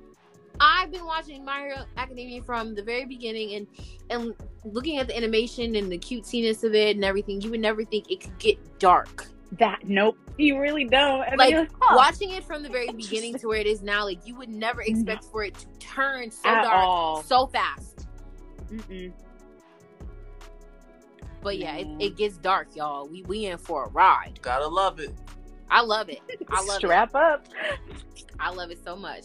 Speaker 1: I've been watching My Hero Academia from the very beginning, and and looking at the animation and the cutesiness of it and everything, you would never think it could get dark.
Speaker 3: that nope. You really don't. And
Speaker 1: Like,
Speaker 3: you're huh,
Speaker 1: Watching it from the very
Speaker 3: Oh. Interesting. Mm-hmm.
Speaker 1: beginning to where it is now, like you would never expect for it to turn so
Speaker 3: at
Speaker 1: dark
Speaker 3: all.
Speaker 1: so fast.
Speaker 3: Mm-mm.
Speaker 1: But yeah, it,
Speaker 3: Mhm.
Speaker 1: it gets dark, y'all. We we in for a ride.
Speaker 2: Gotta love it.
Speaker 1: I love it. I love it.
Speaker 3: Strap up.
Speaker 1: I love it so much.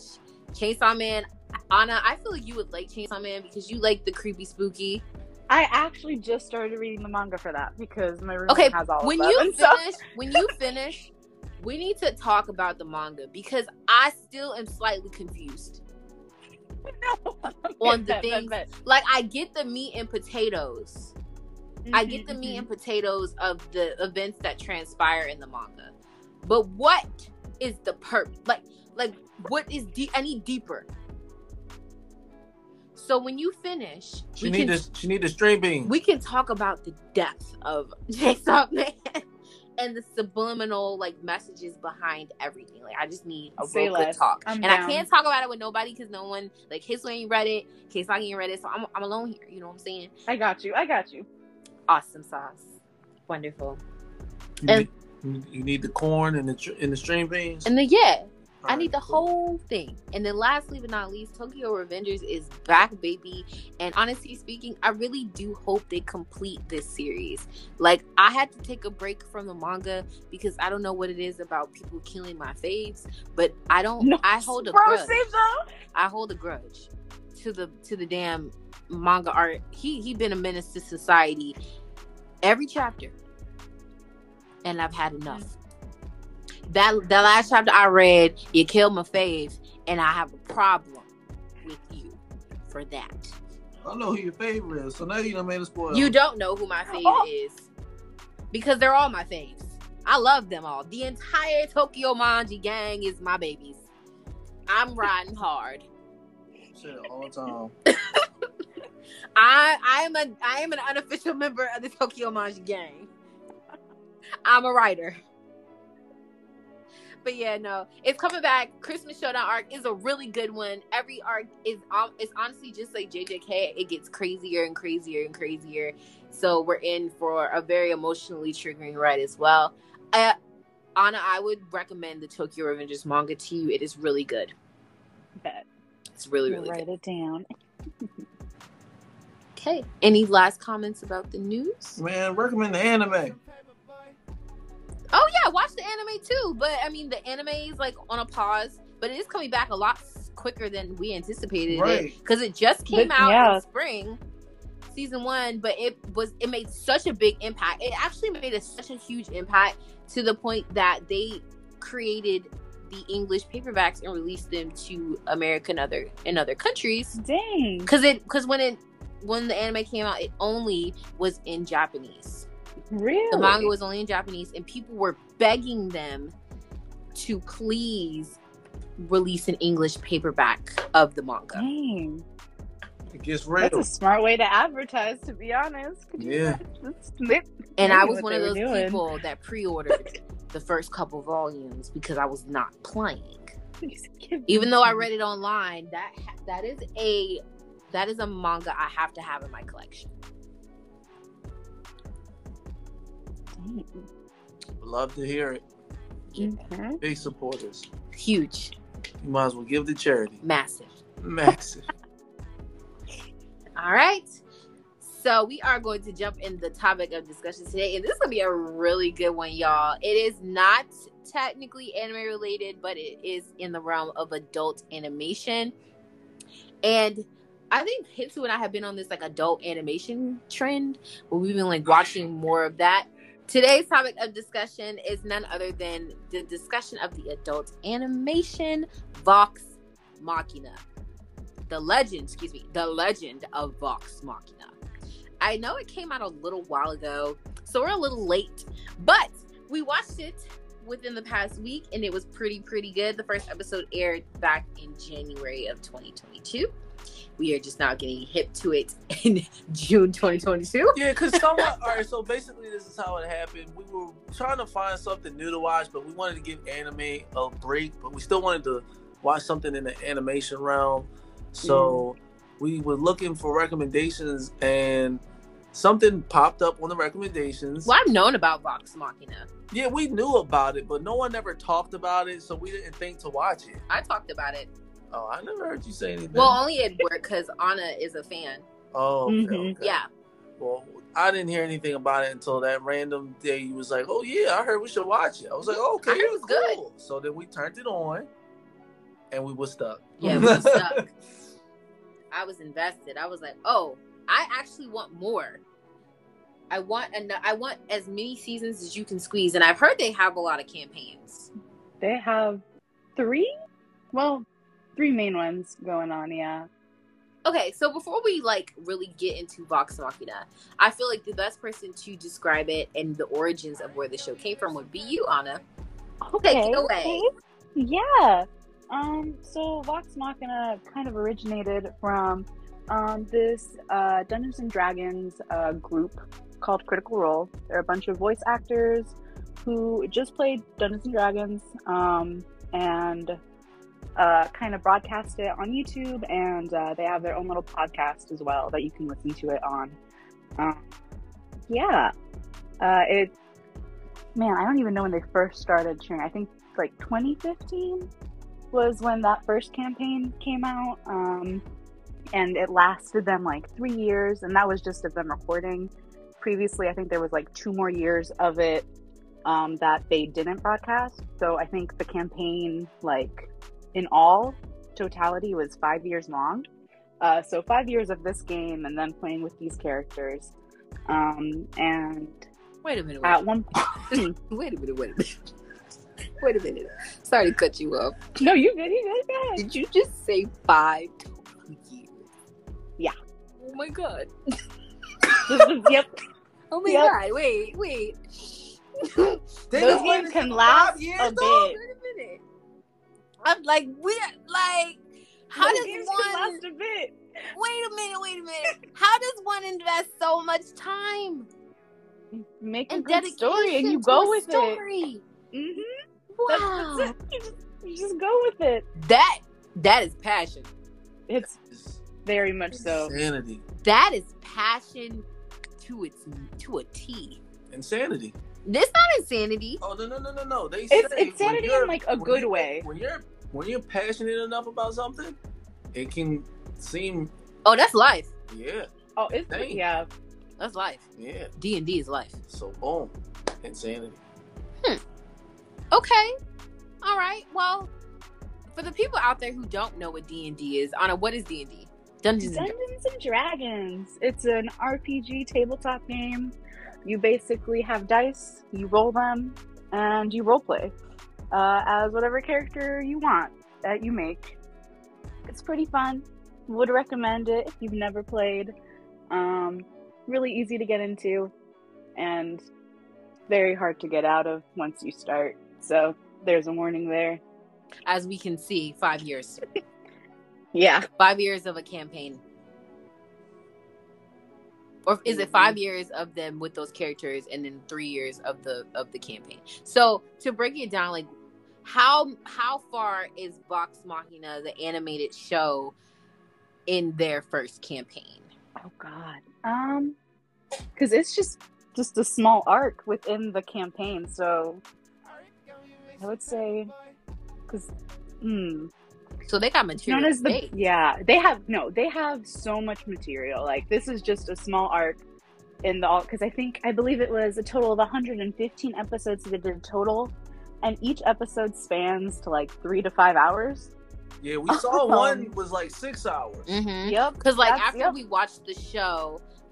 Speaker 1: Chainsaw Man, Anna, I feel like you would like Chainsaw Man because you like the creepy, spooky.
Speaker 3: I actually just started reading the manga for that because my roommate
Speaker 1: Okay,
Speaker 3: has all
Speaker 1: when
Speaker 3: of them.
Speaker 1: you
Speaker 3: so-
Speaker 1: finish, when you finish, we need to talk about the manga because I still am slightly confused.
Speaker 3: No.
Speaker 1: On the
Speaker 3: Bet, bet,
Speaker 1: things-
Speaker 3: bet.
Speaker 1: Like I get the meat and potatoes. I get the
Speaker 3: Mhm,
Speaker 1: meat
Speaker 3: mhm.
Speaker 1: and potatoes of the events that transpire in the manga. But what is the purpose? Like, like what is deep? I need deeper. So when you finish,
Speaker 2: She
Speaker 1: we
Speaker 2: need
Speaker 1: can
Speaker 2: this. She need the string bean.
Speaker 1: we can talk about the depth of Jason Man and the subliminal like messages behind everything. Like I just need a
Speaker 3: Say
Speaker 1: real good
Speaker 3: less.
Speaker 1: talk,
Speaker 3: I'm
Speaker 1: and I
Speaker 3: down.
Speaker 1: can't talk about it with nobody because no one like his ain't read it, Case I ain't read it, so I'm I'm alone here. You know what I'm saying?
Speaker 3: I got you. I got you.
Speaker 1: Awesome sauce, wonderful,
Speaker 2: you,
Speaker 1: and-
Speaker 2: need, you need the corn and the tr- and the string beans.
Speaker 1: and then yeah, I
Speaker 2: All
Speaker 1: need the
Speaker 2: right, cool.
Speaker 1: whole thing. And then lastly but not least, Tokyo Revengers is back, baby. And honestly speaking, I really do hope they complete this series. Like I had to take a break from the manga because I don't know what it is about people killing my faves, but I don't Oh, I hold a
Speaker 3: Bro,
Speaker 1: grudge.
Speaker 3: see, though?
Speaker 1: I hold a grudge to the to the damn manga art. He he been a menace to society every chapter, and I've had enough. That that last chapter I read, you killed my fave, and I have a problem with you for that.
Speaker 2: I don't know who your favorite is, so now you done made a spoil.
Speaker 1: You don't know who my fave
Speaker 3: Oh.
Speaker 1: is because they're all my faves. I love them all. The entire Tokyo Manji gang is my babies. I'm riding hard.
Speaker 2: Shit, all the time.
Speaker 1: I I am a I am an unofficial member of the Tokyo Manji gang. I'm a writer. But yeah, no, it's coming back. Christmas Showdown arc is a really good one. Every arc is um, it's honestly just like JJK. It gets crazier and crazier and crazier. So we're in for a very emotionally triggering ride as well. I, Anna, I would recommend the Tokyo Revengers manga to you. It is really good.
Speaker 3: Bet.
Speaker 1: It's really really
Speaker 3: Write
Speaker 1: good.
Speaker 3: it down.
Speaker 1: Okay. Any last comments about the news?
Speaker 2: Man, recommend the anime.
Speaker 1: Oh yeah, watch the anime too. But I mean, the anime is like on a pause, but it is coming back a lot s- quicker than we anticipated it
Speaker 2: Right.
Speaker 1: because it just came
Speaker 3: But-
Speaker 1: out
Speaker 3: yeah.
Speaker 1: in spring, season one. But it was it made such a big impact. It actually made a, such a huge impact to the point that they created the English paperbacks and released them to America and other in other countries
Speaker 3: Dang.
Speaker 1: because it because when it when the anime came out, it only was in Japanese
Speaker 3: Really?
Speaker 1: the manga was only in Japanese, and people were begging them to please release an English paperback of the manga.
Speaker 3: Dang.
Speaker 2: It gets
Speaker 3: That's
Speaker 2: real.
Speaker 3: a smart way to advertise, to be honest. Could you
Speaker 2: Yeah.
Speaker 3: That's lit.
Speaker 1: And I
Speaker 3: Maybe
Speaker 1: was
Speaker 3: what
Speaker 1: one
Speaker 3: they
Speaker 1: of
Speaker 3: were
Speaker 1: those
Speaker 3: doing.
Speaker 1: people that pre-ordered the first couple volumes because I was not playing. Even
Speaker 3: Mm-hmm.
Speaker 1: though I read it online, that that is a that is a manga I have to have in my collection.
Speaker 3: Dang.
Speaker 2: Love to hear it.
Speaker 1: Yeah.
Speaker 3: Okay.
Speaker 2: Big supporters.
Speaker 1: Huge.
Speaker 2: You might as well give to charity.
Speaker 1: Massive.
Speaker 2: Massive.
Speaker 1: All right. So we are going to jump in the topic of discussion today, and this is gonna be a really good one, y'all. It is not technically anime related, but it is in the realm of adult animation. And I think Hitsu and I have been on this like adult animation trend where we've been like watching more of that. Today's topic of discussion is none other than the discussion of the adult animation Vox Machina. The legend, excuse me, the legend of Vox Machina. I know it came out a little while ago, so we're a little late, but we watched it within the past week and it was pretty, pretty good. The first episode aired back in January of 2022. We are just now getting hip to it in June 2022.
Speaker 2: yeah, because someone. All right, so basically, this is how it happened. We were trying to find something new to watch, but we wanted to give anime a break, but we still wanted to watch something in the animation realm. So we were looking for recommendations, and something popped up on the recommendations.
Speaker 1: Well, I've known about Vox Machina.
Speaker 2: Yeah, we knew about it, but no one ever talked about it, so we didn't think to watch it.
Speaker 1: I talked about it.
Speaker 2: Oh, I never heard you say anything.
Speaker 1: Well, only at work because Anna is a fan.
Speaker 2: oh, okay,
Speaker 3: Mhm.
Speaker 2: okay.
Speaker 1: Yeah.
Speaker 2: Well, I didn't hear anything about it until that random day. You was like, "Oh yeah, I heard we should watch it." I was like, "Okay,
Speaker 1: I heard it was good.
Speaker 2: cool." So then we turned it on, and we were stuck.
Speaker 1: Yeah, we were stuck. I was invested. I was like, oh, I actually want more. I want an- I want as many seasons as you can squeeze. And I've heard they have a lot of campaigns.
Speaker 3: They have three, well, three main ones going on. Yeah.
Speaker 1: Okay, so before we like really get into Vox Machina, I feel like the best person to describe it and the origins of where the show came from would be you, Anna. Take it away.
Speaker 3: Yeah. Um, so Vox Machina uh, kind of originated from um, this uh, Dungeons and Dragons uh, group called Critical Role. They're a bunch of voice actors who just played Dungeons and Dragons um, and uh, kind of broadcast it on YouTube, and uh, they have their own little podcast as well that you can listen to it on. Um, yeah, uh, it. Man, I don't even know when they first started sharing. I think like 2015 was when that first campaign came out. Um, and it lasted them like three years, and that was just of them recording. Previously, I think there was like two more years of it um, that they didn't broadcast. So I think the campaign, like in all totality, was five years long. Uh, so five years of this game, and then playing with these characters. Um, and
Speaker 1: Wait a minute. Wait,
Speaker 3: at one
Speaker 1: wait a minute. Wait a minute. Wait a minute. Sorry to cut you off.
Speaker 3: no, you good, you good, you good.
Speaker 1: Did you just say five total years?
Speaker 3: Yeah.
Speaker 1: Oh my god.
Speaker 3: yep.
Speaker 1: Oh my
Speaker 3: Yep.
Speaker 1: god. Wait, wait. Hold
Speaker 2: They
Speaker 3: Those
Speaker 2: been playing
Speaker 3: games
Speaker 2: this
Speaker 3: can
Speaker 2: for
Speaker 3: last
Speaker 2: five
Speaker 3: a
Speaker 2: years,
Speaker 3: bit.
Speaker 2: dog?
Speaker 1: on, wait a minute. I'm like, we like how
Speaker 3: Those
Speaker 1: does
Speaker 3: games can
Speaker 1: one
Speaker 3: last a bit?
Speaker 1: wait a minute, wait a minute. How does one invest so much time
Speaker 3: Make a
Speaker 1: and
Speaker 3: good
Speaker 1: dedication
Speaker 3: story, and you
Speaker 1: to
Speaker 3: go
Speaker 1: a
Speaker 3: with it.
Speaker 1: story?
Speaker 3: hmm
Speaker 1: Wow.
Speaker 3: That's, it. You just, you just go with it.
Speaker 1: that that is passion.
Speaker 3: It's
Speaker 2: It's
Speaker 3: very much so.
Speaker 2: insanity,
Speaker 1: That is passion to its to a T.
Speaker 2: insanity.
Speaker 1: This not insanity.
Speaker 2: Oh no no no no no! They
Speaker 3: It's
Speaker 2: say
Speaker 3: insanity
Speaker 2: when you're-
Speaker 3: in like a
Speaker 2: when
Speaker 3: good
Speaker 2: you-
Speaker 3: way.
Speaker 2: When you're when you're passionate enough about something, it can seem
Speaker 1: Oh, that's life.
Speaker 2: yeah
Speaker 3: Oh, it's
Speaker 2: Dang.
Speaker 3: yeah.
Speaker 1: That's life.
Speaker 2: yeah.
Speaker 1: D and D is life.
Speaker 2: So boom, insanity.
Speaker 1: Okay. All right. Well, for the people out there who don't know what D and D is, Anna, what is D and D? Dungeons. and Dra-
Speaker 3: Dungeons and Dragons. It's an RPG tabletop game. You basically have dice, you roll them, and you roleplay uh, as whatever character you want that you make. It's pretty fun. Would recommend it if you've never played. Um, really easy to get into, and very hard to get out of once you start. So there's a warning there.
Speaker 1: As we can see, five years,
Speaker 3: Yeah.
Speaker 1: five years of a campaign, or is it five years of them with those characters, and then three years of the of the campaign? So to break it down, like how how far is Vox Machina, the animated show, in their first campaign?
Speaker 3: Oh God. Um, because it's just just a small arc within the campaign. So I would say, because hmm,
Speaker 1: So they got material.
Speaker 3: known as the
Speaker 1: today.
Speaker 3: yeah they have no they have so much material like this is just a small arc in the all because i think i believe it was a total of 115 episodes they did total and each episode spans to like three to five hours
Speaker 2: Yeah, we saw
Speaker 3: Um,
Speaker 2: one was like six hours.
Speaker 1: Mhm.
Speaker 3: yep
Speaker 1: Because like
Speaker 3: That's-
Speaker 1: after
Speaker 3: yep.
Speaker 1: we watched the show,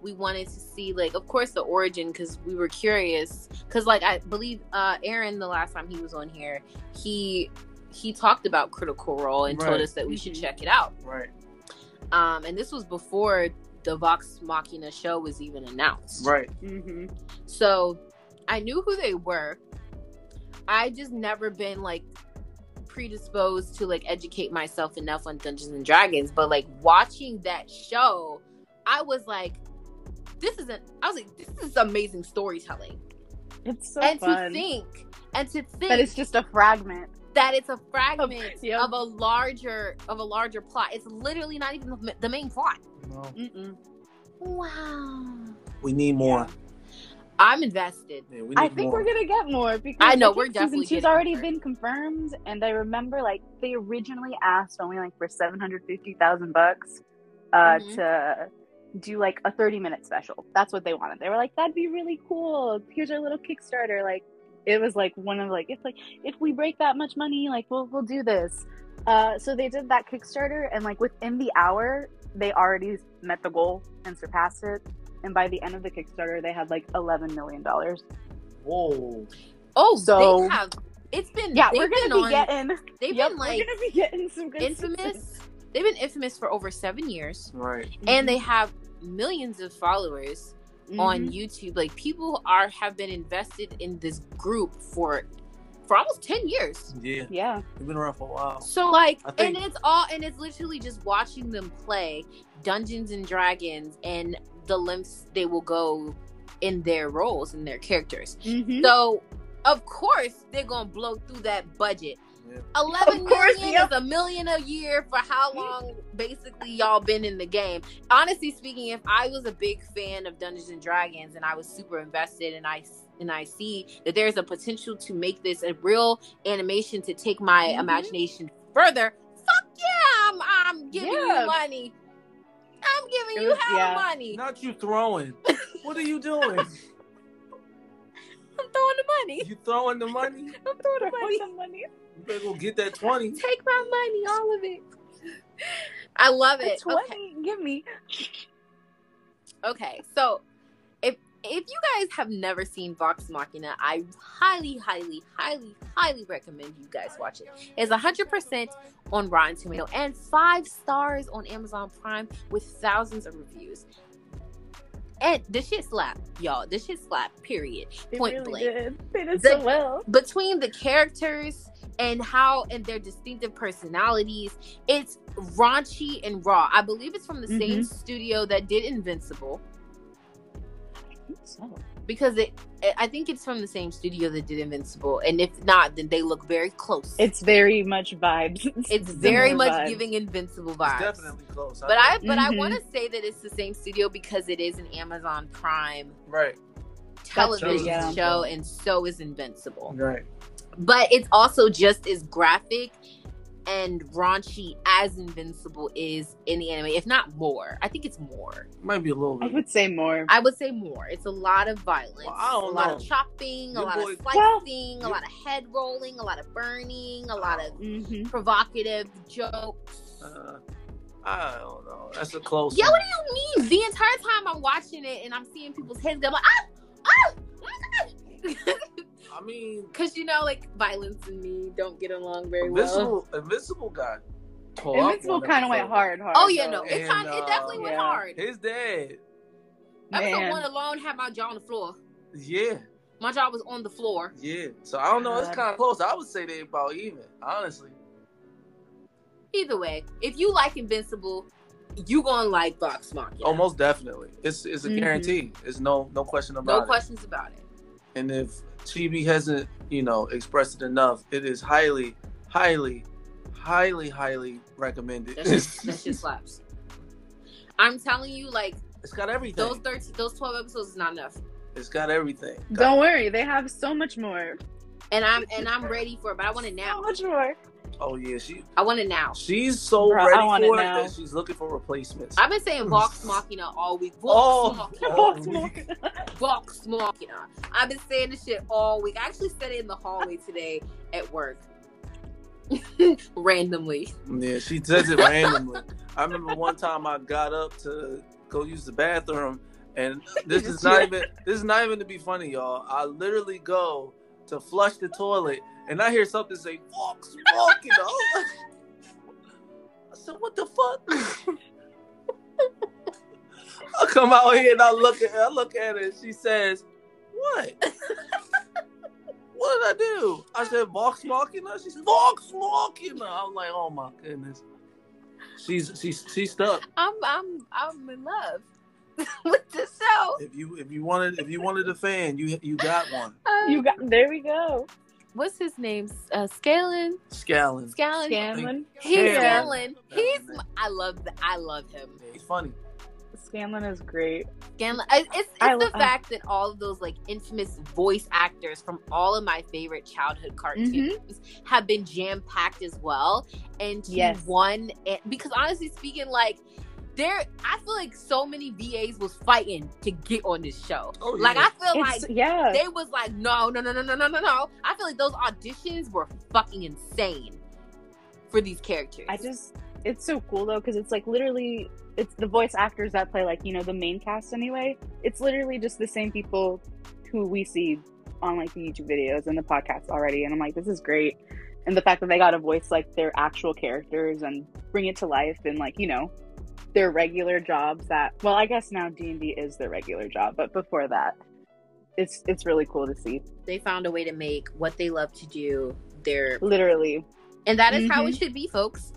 Speaker 1: we wanted to see like, of course, the origin because we were curious. Because like I believe uh Aaron, the last time he was on here, he he talked about Critical Role and told
Speaker 2: Right.
Speaker 1: us that we should
Speaker 3: Mhm.
Speaker 1: check it out.
Speaker 2: Right,
Speaker 1: Um, and this was before the Vox Machina show was even announced.
Speaker 2: right.
Speaker 3: hmm
Speaker 1: So I knew who they were. I just never been like predisposed to like educate myself enough on Dungeons and Dragons, but like watching that show, I was like, this is an I was like, this is amazing storytelling.
Speaker 3: it's so
Speaker 1: and
Speaker 3: fun
Speaker 1: to think and to think
Speaker 3: but it's just a fragment
Speaker 1: that it's a fragment
Speaker 3: Yep.
Speaker 1: of a larger of a larger plot. It's literally not even the, the main plot.
Speaker 2: No.
Speaker 3: Mm-mm.
Speaker 1: Wow.
Speaker 2: We need more.
Speaker 1: I'm invested.
Speaker 2: Yeah, we need
Speaker 3: I think
Speaker 2: more.
Speaker 3: we're gonna get more because
Speaker 1: I know,
Speaker 3: think
Speaker 1: we're definitely
Speaker 3: season two's
Speaker 1: getting
Speaker 3: already
Speaker 1: more.
Speaker 3: been confirmed, and I remember like they originally asked only like for seven hundred fifty thousand bucks uh,
Speaker 1: Mhm.
Speaker 3: to do like a thirty minute special. That's what they wanted. They were like, "That'd be really cool. Here's our little Kickstarter." Like it was like one of like it's like if we break that much money, like we'll we'll do this. Uh, so they did that Kickstarter, and like within the hour, they already met the goal and surpassed it. And by the end of the Kickstarter, they had like eleven million dollars.
Speaker 2: Whoa.
Speaker 1: Oh, so
Speaker 3: So-
Speaker 1: they have it's been
Speaker 3: Yeah,
Speaker 1: they've
Speaker 3: we're
Speaker 1: been
Speaker 3: gonna be
Speaker 1: on,
Speaker 3: getting.
Speaker 1: they've
Speaker 3: yep,
Speaker 1: been like
Speaker 3: we're gonna be getting some good seasons.
Speaker 1: infamous. They've been infamous for over seven years,
Speaker 2: Right.
Speaker 3: Mm-hmm.
Speaker 1: and they have millions of followers
Speaker 3: Mhm.
Speaker 1: on YouTube. Like people are have been invested in this group for for almost ten years.
Speaker 2: Yeah.
Speaker 3: Yeah,
Speaker 2: We've been around for a while.
Speaker 1: So like,
Speaker 2: I think-
Speaker 1: and it's all, and it's literally just watching them play Dungeons and Dragons and the lengths they will go in their roles and their characters.
Speaker 3: Mm-hmm.
Speaker 1: So, of course, they're gonna blow through that budget.
Speaker 2: Yeah.
Speaker 1: Eleven million
Speaker 3: Of course, yep.
Speaker 1: is a million a year for how long? Basically, y'all been in the game. Honestly speaking, if I was a big fan of Dungeons and Dragons and I was super invested, and I and I see that there's a potential to make this a real animation to take my
Speaker 3: Mhm.
Speaker 1: imagination further. Fuck yeah, I'm, I'm giving
Speaker 3: Yeah.
Speaker 1: you money. I'm giving
Speaker 3: It
Speaker 1: you
Speaker 3: was-
Speaker 1: hella
Speaker 3: yeah.
Speaker 1: money.
Speaker 2: Not you throwing. what are you doing?
Speaker 1: I'm throwing the money.
Speaker 2: You throwing the money?
Speaker 1: I'm throwing the money.
Speaker 2: You better go get that twenty.
Speaker 1: Take my money, all of it. I love it.
Speaker 3: Twenty,
Speaker 1: Okay.
Speaker 3: give me.
Speaker 1: okay, so if if you guys have never seen Vox Machina, I highly, highly, highly, highly recommend you guys watch it. It's hundred percent on Rotten Tomato and five stars on Amazon Prime with thousands of reviews. And the shit slap, y'all. The shit slap. Period.
Speaker 3: They
Speaker 1: Point
Speaker 3: really
Speaker 1: blank
Speaker 3: did. They did
Speaker 1: The-
Speaker 3: so well.
Speaker 1: between the characters and how and their distinctive personalities it's raunchy and raw i believe it's from the
Speaker 3: Mm-hmm.
Speaker 1: same studio that did invincible
Speaker 3: So,
Speaker 1: because it i think it's from the same studio that did invincible and if not then they look very close
Speaker 3: it's very much vibes.
Speaker 1: it's very
Speaker 3: similar
Speaker 1: much
Speaker 3: vibes.
Speaker 1: giving invincible
Speaker 2: It's
Speaker 1: vibes
Speaker 2: definitely close.
Speaker 1: but i
Speaker 2: think.
Speaker 1: but i
Speaker 3: Mhm.
Speaker 1: want to say that it's the same studio because it is an amazon prime
Speaker 2: right,
Speaker 1: television
Speaker 2: true, yeah.
Speaker 1: show and so is invincible
Speaker 2: right.
Speaker 1: but it's also just as graphic and raunchy as Invincible is in the anime, if not more. I think it's more.
Speaker 2: Might be a little
Speaker 3: I
Speaker 2: bit.
Speaker 3: would say more.
Speaker 1: I would say more. It's a lot of violence,
Speaker 2: Well, I don't
Speaker 1: a lot
Speaker 2: know.
Speaker 1: of chopping,
Speaker 2: Your
Speaker 1: a lot
Speaker 2: boy-
Speaker 1: of
Speaker 3: Well-
Speaker 1: slicing, a
Speaker 2: Your-
Speaker 1: lot of head rolling, a lot of burning, a lot of
Speaker 3: hmm
Speaker 1: provocative jokes.
Speaker 2: Uh, I don't know. That's a close.
Speaker 1: Yeah,
Speaker 2: one.
Speaker 1: what do you mean? The entire time I'm watching it and I'm seeing people's heads, I'm like, ah, ah,
Speaker 2: I mean,
Speaker 1: because you know, like violence and me don't get along very well.
Speaker 2: Invincible. Invincible got tore up
Speaker 3: Invincible
Speaker 2: on
Speaker 3: kind of went
Speaker 2: episode.
Speaker 3: hard, hard.
Speaker 1: Oh yeah,
Speaker 3: though.
Speaker 1: no, it
Speaker 2: And,
Speaker 1: kind, it definitely
Speaker 2: uh,
Speaker 1: went
Speaker 3: yeah.
Speaker 1: hard.
Speaker 2: His dad.
Speaker 1: Episode
Speaker 3: Man.
Speaker 1: one alone had my jaw on the floor.
Speaker 2: Yeah,
Speaker 1: My jaw was on the floor.
Speaker 2: yeah. So I don't know. It's
Speaker 3: God.
Speaker 2: kind of close. I would say they about even. Honestly.
Speaker 1: Either way, if you like Invincible, you gonna like Vox Machina.
Speaker 2: Oh, most definitely. It's it's a
Speaker 3: Mhm.
Speaker 2: guarantee. It's no no question about
Speaker 1: no
Speaker 2: it.
Speaker 1: questions about it.
Speaker 2: And if Chibi hasn't, you know, expressed it enough, it is highly, highly, highly, highly recommended.
Speaker 1: That shit, that shit slaps. I'm telling you, like
Speaker 2: it's got everything.
Speaker 1: those thirteen, those twelve episodes is not enough.
Speaker 2: it's got everything.
Speaker 3: Don't worry, they have so much more.
Speaker 1: And I'm and I'm ready for it, but I want it
Speaker 3: So
Speaker 1: now.
Speaker 3: much more.
Speaker 2: Oh yeah, she
Speaker 1: I want it now.
Speaker 2: she's so
Speaker 3: Bruh, I
Speaker 2: ready
Speaker 3: want it
Speaker 2: for it,
Speaker 3: now.
Speaker 2: that she's looking for replacements.
Speaker 1: I've been saying Vox Machina all week. Vox
Speaker 2: Oh,
Speaker 1: Machina.
Speaker 2: oh,
Speaker 1: Vox Machina. I've been saying this shit all week. I actually said it in the hallway today at work. Randomly.
Speaker 2: Yeah, she says it randomly. I remember one time I got up to go use the bathroom, and this is not even this is not even to be funny, y'all. I literally go to flush the toilet, and I hear something say "walks walking." I was like- I said, "What the fuck?" I come out here and I look at I look at her. And she says, "What?" What did I do? I said Vox Machina. She said Vox Machina. I'm like, oh my goodness. She's she's she's stuck.
Speaker 1: I'm I'm I'm in love with the show.
Speaker 2: If you if you wanted if you wanted a fan, you you got one.
Speaker 1: Um,
Speaker 3: You got there. We go.
Speaker 1: what's his name? Uh, Scalen.
Speaker 2: Scallon.
Speaker 1: Scalen.
Speaker 3: Scanlan.
Speaker 1: He's
Speaker 2: Scalen.
Speaker 1: Scalen. He's. I love. th- I love him.
Speaker 2: Yeah, he's funny.
Speaker 3: Scanlan is great.
Speaker 1: Scanlan. I- It's, it's
Speaker 3: I
Speaker 1: the
Speaker 3: lo- uh I-
Speaker 1: fact that all of those like infamous voice actors from all of my favorite childhood cartoons have been jam packed as well, and to
Speaker 3: Mm-hmm. Yes.
Speaker 1: one and, because honestly speaking, like. There, I feel like so many VAs was fighting to get on this show.
Speaker 2: Oh, yeah.
Speaker 1: Like I feel like
Speaker 3: It's yeah.
Speaker 1: they was like, no, no, no, no, no, no, no, no. I feel like those auditions were fucking insane for these characters.
Speaker 3: I just it's so cool though because it's like literally it's the voice actors that play like you know the main cast anyway. It's literally just the same people who we see on like the YouTube videos and the podcasts already, and I'm like, this is great. And the fact that they got to voice like their actual characters and bring it to life and like you know their regular jobs that well I guess now D and D is their regular job, but before that. It's, it's really cool to see.
Speaker 1: they found a way to make what they love to do their,
Speaker 3: Literally,
Speaker 1: and that is how
Speaker 3: Mm-hmm.
Speaker 1: it should be, folks.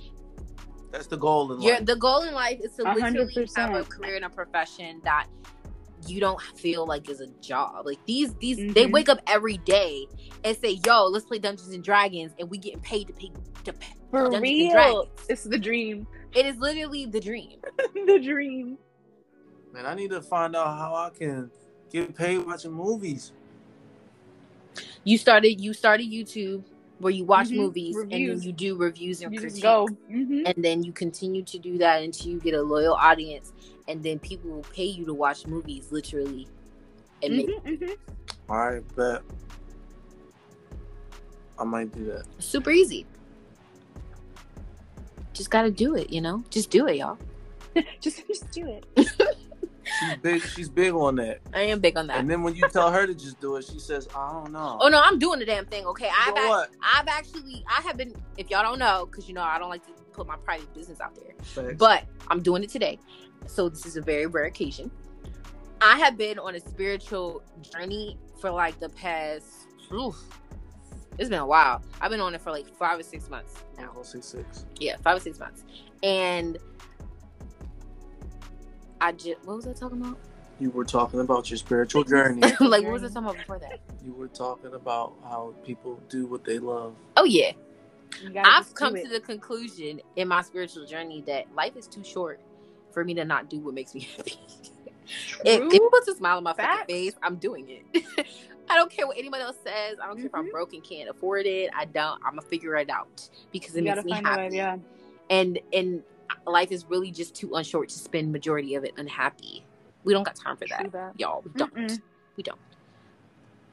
Speaker 2: That's the goal in
Speaker 1: Your
Speaker 2: life.
Speaker 1: the goal in life is to
Speaker 3: A hundred
Speaker 1: literally have a
Speaker 3: percent.
Speaker 1: career and a profession that you don't feel like is a job. Like these, these they
Speaker 3: Mhm.
Speaker 1: wake up every day and say, "Yo, let's play Dungeons and Dragons," and we getting paid to pay to pay.
Speaker 3: for
Speaker 1: Dungeons and
Speaker 3: real,
Speaker 1: Dragons.
Speaker 3: it's the dream,
Speaker 1: It is literally the dream.
Speaker 3: the dream.
Speaker 2: Man, I need to find out how I can get paid watching movies.
Speaker 1: You started you started YouTube where you watch
Speaker 3: Mhm.
Speaker 1: movies and then
Speaker 3: Reviews.
Speaker 1: you do reviews and
Speaker 3: You
Speaker 1: critiques.
Speaker 3: just go. Mhm.
Speaker 1: and then you continue to do that until you get a loyal audience and then people will pay you to watch movies literally and make
Speaker 3: Mhm, mhm.
Speaker 2: All right, bet. I might do that.
Speaker 1: super easy just gotta do it you know just do it y'all
Speaker 3: Just, just do it.
Speaker 2: She's big. She's big on that.
Speaker 1: i am big on that
Speaker 2: And then when you tell her to just do it, she says, "I don't know."
Speaker 1: oh no i'm doing the damn thing okay
Speaker 2: You
Speaker 1: i've,
Speaker 2: know
Speaker 1: act-
Speaker 2: what?
Speaker 1: I've actually i have been if y'all don't know because you know i don't like to put my private business out there
Speaker 2: Facts.
Speaker 1: but I'm doing it today. So this is a very rare occasion. I have been on a spiritual journey for like the past oof, it's been a while. I've been on it for like five or six months
Speaker 2: I'm
Speaker 1: now.
Speaker 2: gonna say six.
Speaker 1: Yeah, five or six months. And I just what was I talking about?
Speaker 2: You were talking about your spiritual journey.
Speaker 1: like what was I talking about before that?
Speaker 2: You were talking about how people do what they love.
Speaker 1: Oh yeah.
Speaker 3: You gotta
Speaker 1: I've
Speaker 3: just
Speaker 1: come
Speaker 3: do
Speaker 1: to
Speaker 3: it.
Speaker 1: the conclusion in my spiritual journey that life is too short for me to not do what makes me happy. If, if
Speaker 3: True.
Speaker 1: it puts a smile on my fucking
Speaker 3: Facts.
Speaker 1: face, I'm doing it. I don't care what anybody else says. I don't care if I'm
Speaker 3: Mhm.
Speaker 1: broke and can't afford it. I don't. I'm gonna figure it out because it
Speaker 3: You gotta
Speaker 1: makes me
Speaker 3: find a way,
Speaker 1: happy.
Speaker 3: yeah.
Speaker 1: And and life is really just too unshort to spend majority of it unhappy. We don't got time for that,
Speaker 3: True that.
Speaker 1: y'all. We don't.
Speaker 3: Mm-mm.
Speaker 1: We don't.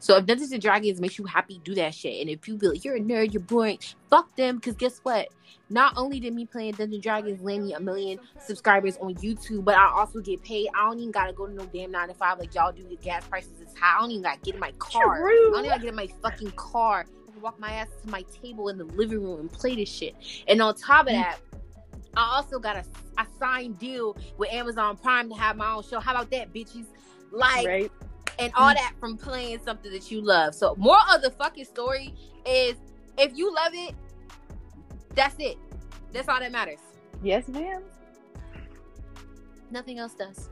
Speaker 1: So if Dungeons and Dragons makes you happy, do that shit. And if you feel like you're a nerd, you're boring, fuck them. Because guess what? Not only did me playing Dungeons and Dragons land me a million subscribers on YouTube, but I also get paid. I don't even gotta go to no damn nine to five like y'all do. The gas prices is high. I don't even gotta get in my car. I
Speaker 3: True.
Speaker 1: don't even gotta get in my fucking car. I can walk my ass to my table in the living room and play this shit. And on top of that, I also got a, a signed deal with Amazon Prime to have my own show. How about that, bitches? Like
Speaker 3: right?
Speaker 1: and all that from playing something that you love. So more of the fucking story is if you love it, that's it. That's all that matters.
Speaker 3: Yes, ma'am.
Speaker 1: Nothing else does.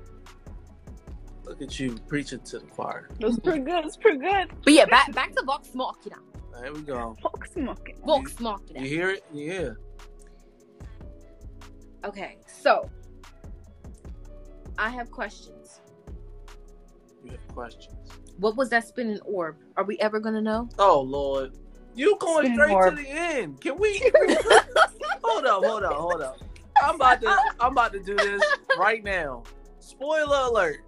Speaker 2: Look at you preaching to the choir.
Speaker 3: It
Speaker 1: Mm-hmm.
Speaker 3: was pretty good. It was pretty good.
Speaker 1: But yeah, back back to Vox Machina.
Speaker 2: There we go.
Speaker 3: Fox smoking.
Speaker 1: Vox
Speaker 2: You
Speaker 1: Machina.
Speaker 2: hear it? Yeah.
Speaker 1: Okay, so I have questions.
Speaker 2: You have questions.
Speaker 1: What was that spinning orb? Are we ever gonna know?
Speaker 2: Oh Lord. You going
Speaker 3: Spin
Speaker 2: straight
Speaker 3: more.
Speaker 2: to the end? Can we? hold up, hold up, hold up. I'm about to, I'm about to do this right now. Spoiler alert!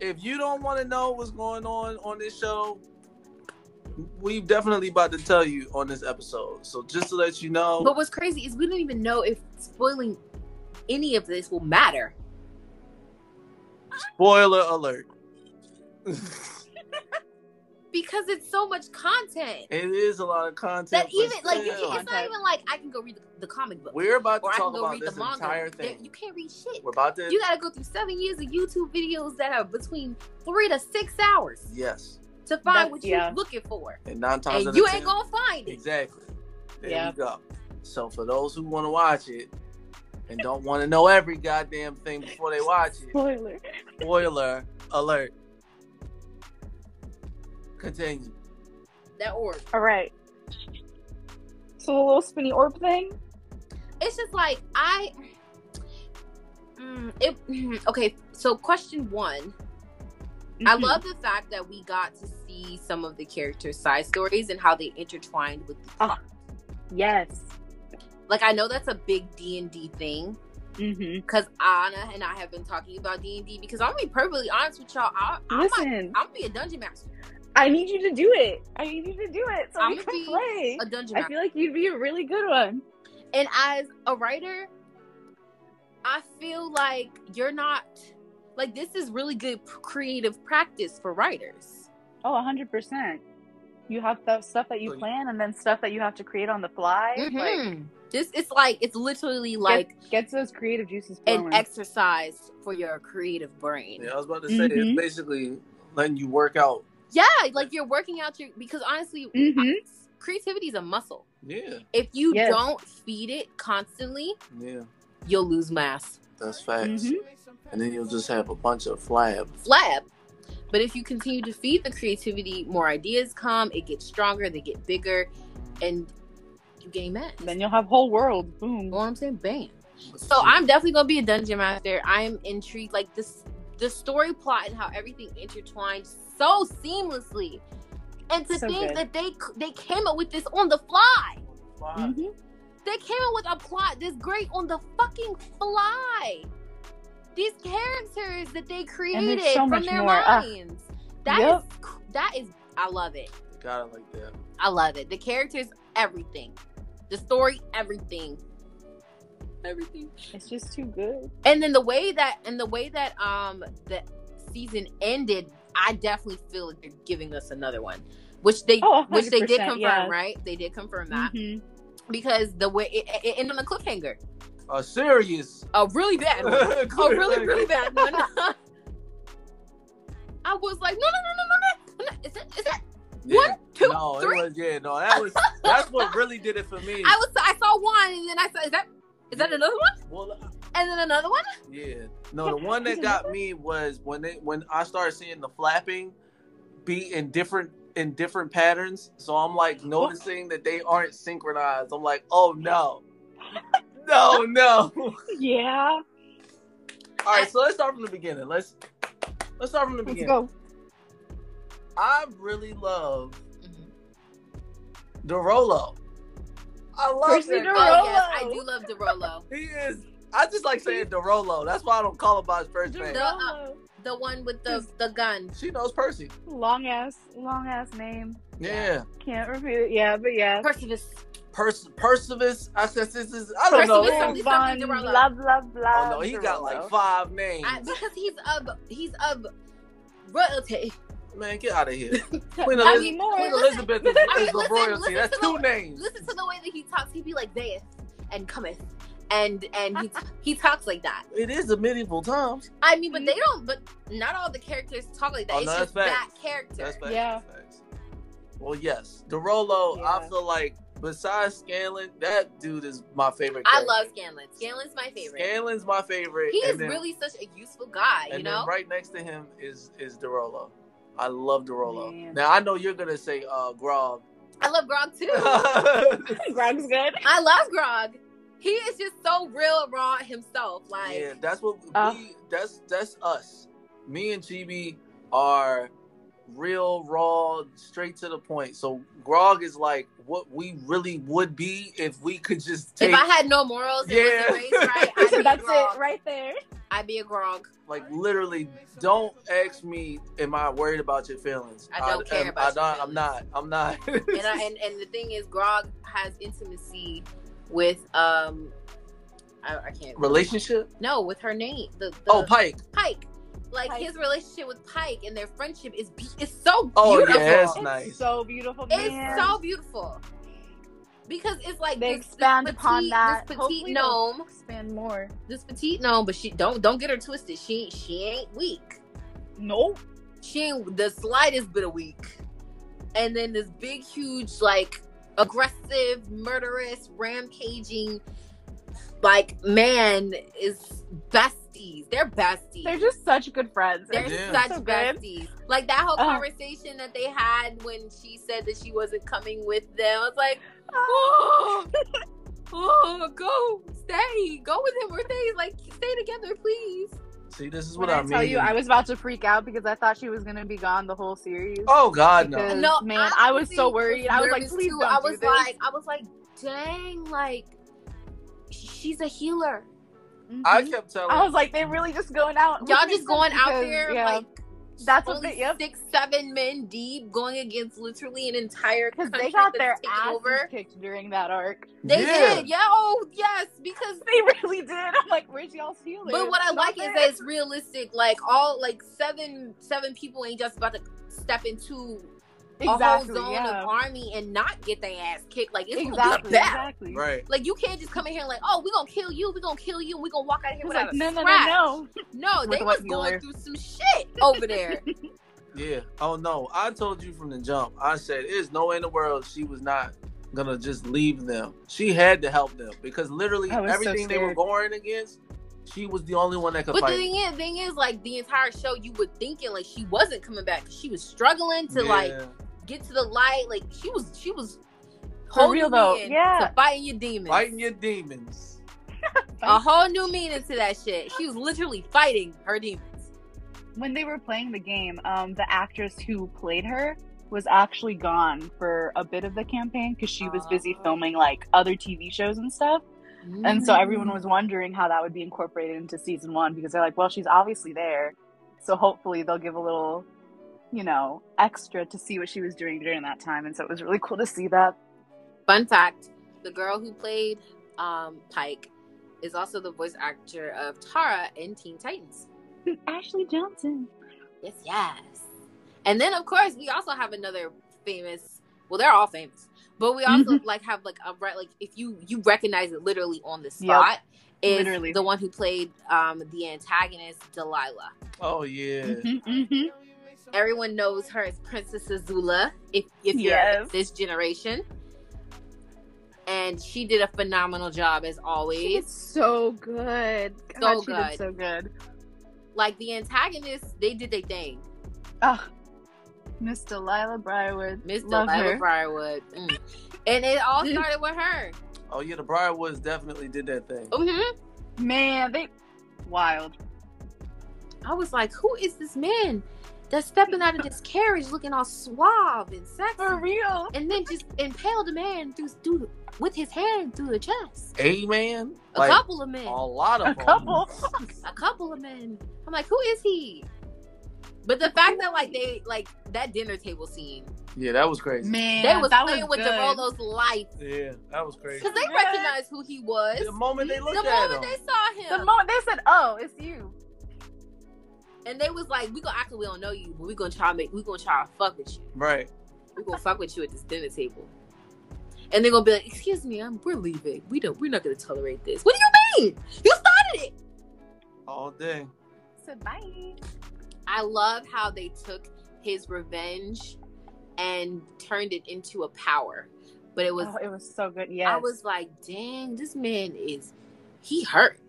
Speaker 2: If you don't want to know what's going on on this show, we definitely about to tell you on this episode. So just to let you know,
Speaker 1: But what's crazy is we don't even know if spoiling any of this will matter.
Speaker 2: spoiler alert.
Speaker 1: because it's so much content
Speaker 2: it is a lot of content.
Speaker 1: that
Speaker 2: but
Speaker 1: even like you
Speaker 2: still,
Speaker 1: can, it's not even like I can go read the, the comic book
Speaker 2: we're about to
Speaker 1: or I can
Speaker 2: talk
Speaker 1: go
Speaker 2: about
Speaker 1: read the
Speaker 2: this
Speaker 1: manga.
Speaker 2: entire
Speaker 1: There-
Speaker 2: thing.
Speaker 1: you can't read shit.
Speaker 2: We're about to
Speaker 1: You gotta go through seven years of YouTube videos that are between three to six hours
Speaker 2: yes,
Speaker 1: to find
Speaker 3: That's-
Speaker 1: what
Speaker 3: yeah.
Speaker 1: you're looking for,
Speaker 2: and nine times out
Speaker 1: and
Speaker 2: of
Speaker 1: you
Speaker 2: ten-
Speaker 1: ain't gonna find it.
Speaker 2: Exactly. There
Speaker 3: Yeah.
Speaker 2: you go. So for those who want to watch it and don't want to know every goddamn thing before they watch it,
Speaker 3: Spoiler.
Speaker 2: spoiler alert. Continue.
Speaker 1: That orb.
Speaker 3: All right. So the little spinny orb thing.
Speaker 1: It's just like I. Mm, it, okay, so question one. I
Speaker 3: Mhm.
Speaker 1: love the fact that we got to see some of the characters' side stories and how they intertwined with the plot.
Speaker 3: Yes.
Speaker 1: like I know that's a big D and D thing
Speaker 3: Mm-hmm.
Speaker 1: because Anna and I have been talking about D and D because I'm gonna be perfectly honest with y'all. I, I might,
Speaker 3: Listen,
Speaker 1: I'm gonna be a dungeon master,
Speaker 3: I need you to do it. I need you to do it so
Speaker 1: I'm
Speaker 3: we
Speaker 1: gonna
Speaker 3: can
Speaker 1: be
Speaker 3: play.
Speaker 1: a dungeon
Speaker 3: I
Speaker 1: master,
Speaker 3: feel like you'd be a really good one.
Speaker 1: and as a writer, I feel like you're not like this is really good p- creative practice for writers.
Speaker 3: Oh, 100%. You have the stuff that you
Speaker 2: So you-
Speaker 3: plan and then stuff that you have to create on the fly. Like,
Speaker 1: Mhm. this it's like it's literally like
Speaker 3: gets, gets those creative juices flowing.
Speaker 1: an exercise for your creative brain.
Speaker 2: Yeah, I was about to say
Speaker 1: Mm-hmm.
Speaker 3: Mhm.
Speaker 2: it's basically letting you work out.
Speaker 1: Yeah, like you're working out your because honestly,
Speaker 3: Mhm.
Speaker 1: creativity is a muscle.
Speaker 2: Yeah,
Speaker 1: If you
Speaker 3: Yes.
Speaker 1: don't feed it constantly,
Speaker 2: yeah,
Speaker 1: you'll lose mass.
Speaker 2: that's facts.
Speaker 3: Mhm.
Speaker 1: Mm-hmm.
Speaker 2: And then you'll just have a bunch of flab.
Speaker 1: Flab. But if you continue to feed the creativity, more ideas come, it gets stronger, they get bigger, and you gain mass.
Speaker 3: Then you'll have whole world. Boom.
Speaker 1: You know what I'm saying? Bam. So I'm definitely gonna be a dungeon master. I'm intrigued. Like this the story plot and how everything intertwined so seamlessly. And to
Speaker 3: So
Speaker 1: think
Speaker 3: good.
Speaker 1: that they c- they came up with this on the fly.
Speaker 3: hmm
Speaker 1: They came up with a plot this great on the fucking fly. These characters that they created
Speaker 3: so
Speaker 1: from
Speaker 3: much
Speaker 1: their
Speaker 3: more. Ah, Ugh.
Speaker 1: minds. That is
Speaker 3: Yep.
Speaker 1: cr- that is I love it.
Speaker 2: Got it like that.
Speaker 1: I love it. The characters, everything. The story, everything. Everything.
Speaker 3: It's just too good.
Speaker 1: And then the way that and the way that um the season ended, I definitely feel like they're giving us another one. Which they
Speaker 3: Oh, 100%,
Speaker 1: which they did confirm,
Speaker 3: yeah.
Speaker 1: right? They did confirm that.
Speaker 3: Mhm.
Speaker 1: Because the way it, it ended on a cliffhanger.
Speaker 2: A serious.
Speaker 1: A really bad one. a Oh, really really bad one. I was like, no, no, no, no, no, no. Is it? Is it?
Speaker 2: Yeah.
Speaker 1: One, two,
Speaker 2: no,
Speaker 1: three.
Speaker 2: It was, yeah, no, that was that's what really did it for me.
Speaker 1: I was. I saw one, and then I said, is that? Is that another one?
Speaker 2: well, uh,
Speaker 1: And then another one.
Speaker 2: Yeah. No, the one that got me was when they when I started seeing the flapping be in different in different patterns. So I'm like noticing that they aren't synchronized. I'm like, oh no. No, no. All
Speaker 3: Yeah.
Speaker 2: right, so let's start from the beginning. Let's let's start from the
Speaker 3: Let's
Speaker 2: beginning.
Speaker 3: go.
Speaker 2: I really love Dorolo. I love
Speaker 3: Percy
Speaker 2: him.
Speaker 3: Dorolo.
Speaker 1: Oh yes, I do love Derolo.
Speaker 2: He is I just like saying Dorolo. That's why I don't call him by his first name.
Speaker 1: Dor- the one with the the gun.
Speaker 2: She knows Percy.
Speaker 3: Long ass, long ass name.
Speaker 2: Yeah.
Speaker 3: Can't repeat it. Yeah, but yeah.
Speaker 1: Percivis.
Speaker 2: Pers- Percivis. I said this is. I don't know.
Speaker 1: Percivis
Speaker 2: Oh,
Speaker 1: something- something
Speaker 3: Von
Speaker 1: Dorolo.
Speaker 3: blah blah blah.
Speaker 2: no, he got like
Speaker 3: Dorolo.
Speaker 2: five names.
Speaker 1: I, because he's of he's of royalty.
Speaker 2: Man, get out of here. Queen,
Speaker 1: I
Speaker 2: Eliz-
Speaker 1: mean,
Speaker 3: more.
Speaker 2: Queen
Speaker 1: listen-
Speaker 2: Elizabeth is,
Speaker 1: I mean,
Speaker 2: is the
Speaker 1: listen-
Speaker 2: royalty.
Speaker 1: listen
Speaker 2: That's
Speaker 1: to
Speaker 2: two
Speaker 1: the-
Speaker 2: names.
Speaker 1: Listen to the way that he talks. He'd be like "Zaeth" and cometh, and and he he talks like that.
Speaker 2: It is the medieval times.
Speaker 1: I mean, but they don't. But not all the characters talk like that.
Speaker 2: Mm-hmm. Oh,
Speaker 1: it's
Speaker 2: no,
Speaker 1: just
Speaker 2: that's
Speaker 1: that
Speaker 2: facts.
Speaker 1: character.
Speaker 2: That's facts.
Speaker 3: Yeah.
Speaker 2: Facts. Well, yes, Dorolo. I
Speaker 3: Yeah.
Speaker 2: feel like besides Scanlan, that dude is my favorite.
Speaker 1: I
Speaker 2: character.
Speaker 1: love Scanlan. Scanlan's my favorite.
Speaker 2: Scanlan's my favorite.
Speaker 1: he
Speaker 2: and
Speaker 1: is
Speaker 2: then-
Speaker 1: really such a useful guy.
Speaker 2: And
Speaker 1: you
Speaker 2: then
Speaker 1: know.
Speaker 2: right next to him is is Dorolo. I love Dorolo.
Speaker 3: Man.
Speaker 2: Now I know you're gonna say uh Grog.
Speaker 1: I love Grog too.
Speaker 3: Grog's good.
Speaker 1: I love Grog. He is just so real, raw himself. Like
Speaker 2: yeah, that's what
Speaker 3: Uh.
Speaker 2: we. That's that's us. Me and Chibi are real, raw, straight to the point. So grog is like what we really would be if we could just take
Speaker 1: If I had no morals, and
Speaker 2: Yeah.
Speaker 1: wasn't raised right, I'd be
Speaker 3: That's
Speaker 1: a grog.
Speaker 3: it right there.
Speaker 1: I'd be a grog.
Speaker 2: like literally don't ask me am I worried about your feelings.
Speaker 1: I don't care
Speaker 2: am-
Speaker 1: about your
Speaker 2: I don't, I'm not. I'm not.
Speaker 1: And, I, and and the thing is, grog has intimacy with um, I, I can't
Speaker 2: Relationship?
Speaker 1: no with her name. The, the
Speaker 2: Oh, Pike.
Speaker 1: Pike. Like
Speaker 3: Pike.
Speaker 1: his relationship with Pike and their friendship is be- is so
Speaker 2: Oh,
Speaker 1: beautiful.
Speaker 2: yeah, it's
Speaker 3: It's
Speaker 2: nice.
Speaker 3: so beautiful.
Speaker 1: It's
Speaker 3: man.
Speaker 1: so beautiful because it's like
Speaker 3: They
Speaker 1: this, this
Speaker 3: expand
Speaker 1: petite,
Speaker 3: upon that.
Speaker 1: This petite
Speaker 3: Hopefully they'll
Speaker 1: gnome,
Speaker 3: expand more.
Speaker 1: this petite gnome, but she don't don't get her twisted. She she ain't weak.
Speaker 3: No.
Speaker 1: She ain't the slightest bit of weak. And then this big, huge, like aggressive, murderous, rampaging, like man is besties. They're besties.
Speaker 3: They're just such good friends.
Speaker 1: They're
Speaker 2: Yeah.
Speaker 1: such
Speaker 3: So good.
Speaker 1: besties. Like that whole
Speaker 3: Oh.
Speaker 1: conversation that they had when she said that she wasn't coming with them. I was like,
Speaker 3: Oh.
Speaker 1: oh, oh go stay, go with him or stay. Like stay together, please.
Speaker 2: See, this is
Speaker 3: When
Speaker 2: what
Speaker 3: I,
Speaker 2: I, mean.
Speaker 3: tell you, I was about to freak out because I thought she was gonna be gone the whole series.
Speaker 2: oh God,
Speaker 3: because,
Speaker 1: No,
Speaker 2: no.
Speaker 3: man, I was
Speaker 1: honestly
Speaker 3: so worried. I was like,
Speaker 1: nervous,
Speaker 3: please
Speaker 1: too.
Speaker 3: don't
Speaker 1: I was
Speaker 3: do this.
Speaker 1: like, I was like, dang, like she's a healer.
Speaker 3: Mhm.
Speaker 2: I kept telling.
Speaker 3: I was like, they're really just going out. which
Speaker 1: Y'all
Speaker 3: makes
Speaker 1: just going
Speaker 3: sense
Speaker 1: out
Speaker 3: because,
Speaker 1: there
Speaker 3: yeah.
Speaker 1: like.
Speaker 3: That's what
Speaker 1: only
Speaker 3: they- yep.
Speaker 1: six, seven men deep going against literally an entire
Speaker 3: because
Speaker 1: country
Speaker 3: they got
Speaker 1: that's
Speaker 3: their
Speaker 1: taken
Speaker 3: asses
Speaker 1: over.
Speaker 3: kicked during that arc.
Speaker 1: They
Speaker 2: Yeah.
Speaker 1: did, yeah. Oh, yes, because.
Speaker 3: They really did. I'm like, where's y'all's healer?
Speaker 1: But what I like is that it's realistic. Like all, like seven, seven people ain't just about to step into
Speaker 3: exactly,
Speaker 1: a whole zone
Speaker 3: yeah.
Speaker 1: of army and not get their ass kicked. Like it's gonna be
Speaker 3: exactly,
Speaker 1: a battle.
Speaker 3: exactly.
Speaker 2: right.
Speaker 1: Like you can't just come in here and like, oh, we gonna kill you, we gonna kill you, and we gonna walk out of here
Speaker 3: It's
Speaker 1: without
Speaker 3: like,
Speaker 1: a
Speaker 3: no, no, no,
Speaker 1: scratch.
Speaker 3: no.
Speaker 1: no.
Speaker 3: With
Speaker 1: they
Speaker 3: the
Speaker 1: was going
Speaker 3: White Mueller.
Speaker 1: through some shit over there.
Speaker 2: Yeah. Oh no. I told you from the jump. I said there's no way in the world she was not gonna just leave them. She had to help them because literally
Speaker 3: I was so
Speaker 2: everything they were
Speaker 3: scared.
Speaker 2: going against, she was the only one that could
Speaker 1: But the
Speaker 2: fight.
Speaker 1: thing is, thing is, like the entire show, you would thinking like she wasn't coming back. 'cause She was struggling to
Speaker 2: Yeah.
Speaker 1: like get to the light. Like she was, she was
Speaker 3: For
Speaker 1: holding
Speaker 3: real,
Speaker 1: you
Speaker 3: though.
Speaker 1: in
Speaker 3: Yeah.
Speaker 1: to fighting your demons,
Speaker 2: fighting your demons.
Speaker 1: a whole new meaning to that shit. She was literally fighting her demons.
Speaker 3: when they were playing the game, um, the actress who played her was actually gone for a bit of the campaign because she was busy
Speaker 1: Oh.
Speaker 3: filming like other TV shows and stuff. And so everyone was wondering how that would be incorporated into season one because they're like, well, she's obviously there. So hopefully they'll give a little, you know, extra to see what she was doing during that time. And so it was really cool to see that.
Speaker 1: Fun fact: the girl who played um, Pike is also the voice actor of Tara in Teen Titans.
Speaker 3: Ashley Johnson.
Speaker 1: Yes, yes. And then of course we also have another famous. Well, they're all famous, but we also like have like a right like if you you recognize it literally on the spot is
Speaker 3: Literally.
Speaker 1: the one who played um the antagonist Delilah.
Speaker 2: Oh yeah.
Speaker 3: Mhm, mhm.
Speaker 1: Everyone knows her as Princess Azula if if you're
Speaker 3: Yes.
Speaker 1: this generation. And she did a phenomenal job as
Speaker 3: She did
Speaker 1: always.
Speaker 3: so good. God,
Speaker 1: So
Speaker 3: she
Speaker 1: good.
Speaker 3: did so good.
Speaker 1: Like the antagonists, they did their thing.
Speaker 3: Oh, Miss Delilah Briarwood.
Speaker 1: Miss
Speaker 3: Love
Speaker 1: Delilah
Speaker 3: her. Mm.
Speaker 1: Briarwood. Mm. and it all started with her.
Speaker 2: Oh yeah. The Briarwoods definitely did that thing.
Speaker 3: Oh.
Speaker 1: hmm
Speaker 3: Mm-hmm. Man, they. Wild.
Speaker 1: I was like, who is this man that's stepping out of this carriage looking all suave and sexy?
Speaker 3: For real.
Speaker 1: And then just impaled a man through, through with his hand through the chest.
Speaker 2: A man.
Speaker 1: A
Speaker 2: Like
Speaker 1: couple of men.
Speaker 2: a lot
Speaker 3: A
Speaker 2: of them.
Speaker 3: couple.
Speaker 1: A couple of men. I'm like, who is he? But the fact that like they like that dinner table scene,
Speaker 2: Yeah, that was crazy.
Speaker 3: Man,
Speaker 1: they was
Speaker 3: that
Speaker 1: playing
Speaker 3: was
Speaker 1: with
Speaker 3: good.
Speaker 1: Derolo's life
Speaker 2: Yeah, that was crazy.
Speaker 1: because they
Speaker 3: Yeah.
Speaker 1: recognized who he was.
Speaker 2: The moment they
Speaker 1: The
Speaker 2: looked at him.
Speaker 1: moment they saw
Speaker 3: The
Speaker 1: him,
Speaker 3: moment they said, "Oh, it's you,"
Speaker 1: and they was like, "We gonna act like we don't know you, but we gonna try to make, we gonna try to fuck with you."
Speaker 2: Right.
Speaker 1: we're gonna fuck with you at this dinner table. And they're gonna be like, excuse me, I'm, we're leaving. We don't we're not gonna tolerate this. What do you mean? You started it.
Speaker 2: All day.
Speaker 3: said bye.
Speaker 1: I love how they took his revenge and turned it into a power. But it was
Speaker 3: oh, it was so good. Yes,
Speaker 1: I was like, dang, this man is he hurt.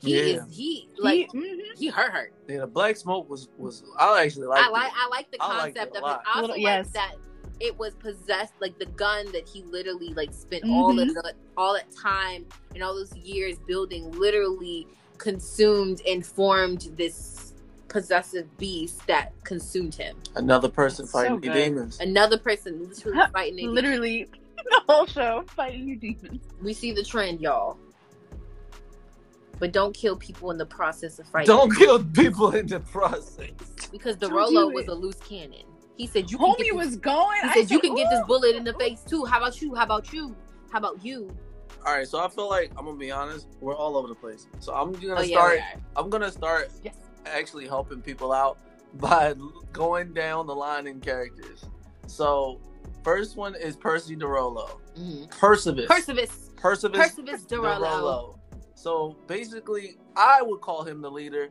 Speaker 1: He
Speaker 2: Yeah.
Speaker 1: is he
Speaker 3: He-
Speaker 1: like
Speaker 3: mhm.
Speaker 1: he hurt hurt.
Speaker 2: Yeah, the black smoke was was I actually liked
Speaker 1: I like I like the
Speaker 2: I liked it
Speaker 1: concept
Speaker 2: a
Speaker 1: of it.
Speaker 2: lot.
Speaker 1: I also
Speaker 3: Little-
Speaker 1: like
Speaker 3: yes.
Speaker 1: that it was possessed, like the gun that he literally like spent all
Speaker 3: Mm-hmm.
Speaker 1: of the all that time and all those years building, literally consumed and formed this possessive beast that consumed him.
Speaker 2: Another person
Speaker 3: So
Speaker 2: fighting
Speaker 3: good.
Speaker 2: demons.
Speaker 1: Another person literally fighting. it.
Speaker 3: Literally, the whole show fighting your demons.
Speaker 1: We see the trend, y'all. But don't kill people in the process of fighting.
Speaker 2: Don't kill people in the process.
Speaker 1: because the
Speaker 3: Don't
Speaker 1: Rolo
Speaker 3: do it.
Speaker 1: was a loose cannon. He said you can
Speaker 3: Homie
Speaker 1: get this,
Speaker 3: was going.
Speaker 1: he
Speaker 3: I
Speaker 1: said you can get this
Speaker 3: "Ooh."
Speaker 1: bullet in the face too. How about you? How about you? How about you?
Speaker 2: All right, so I feel like I'm gonna be honest. We're all over the place. So I'm gonna
Speaker 1: Oh, yeah,
Speaker 2: start.
Speaker 1: we are.
Speaker 2: I'm gonna start
Speaker 3: Yes.
Speaker 2: actually helping people out by l- going down the line in characters. So first one is Percy DeRolo.
Speaker 1: Mhm.
Speaker 2: Percivis.
Speaker 1: Percivis.
Speaker 2: Percivis
Speaker 1: Percivis Dorello.
Speaker 2: DeRolo. So basically, I would call him the leader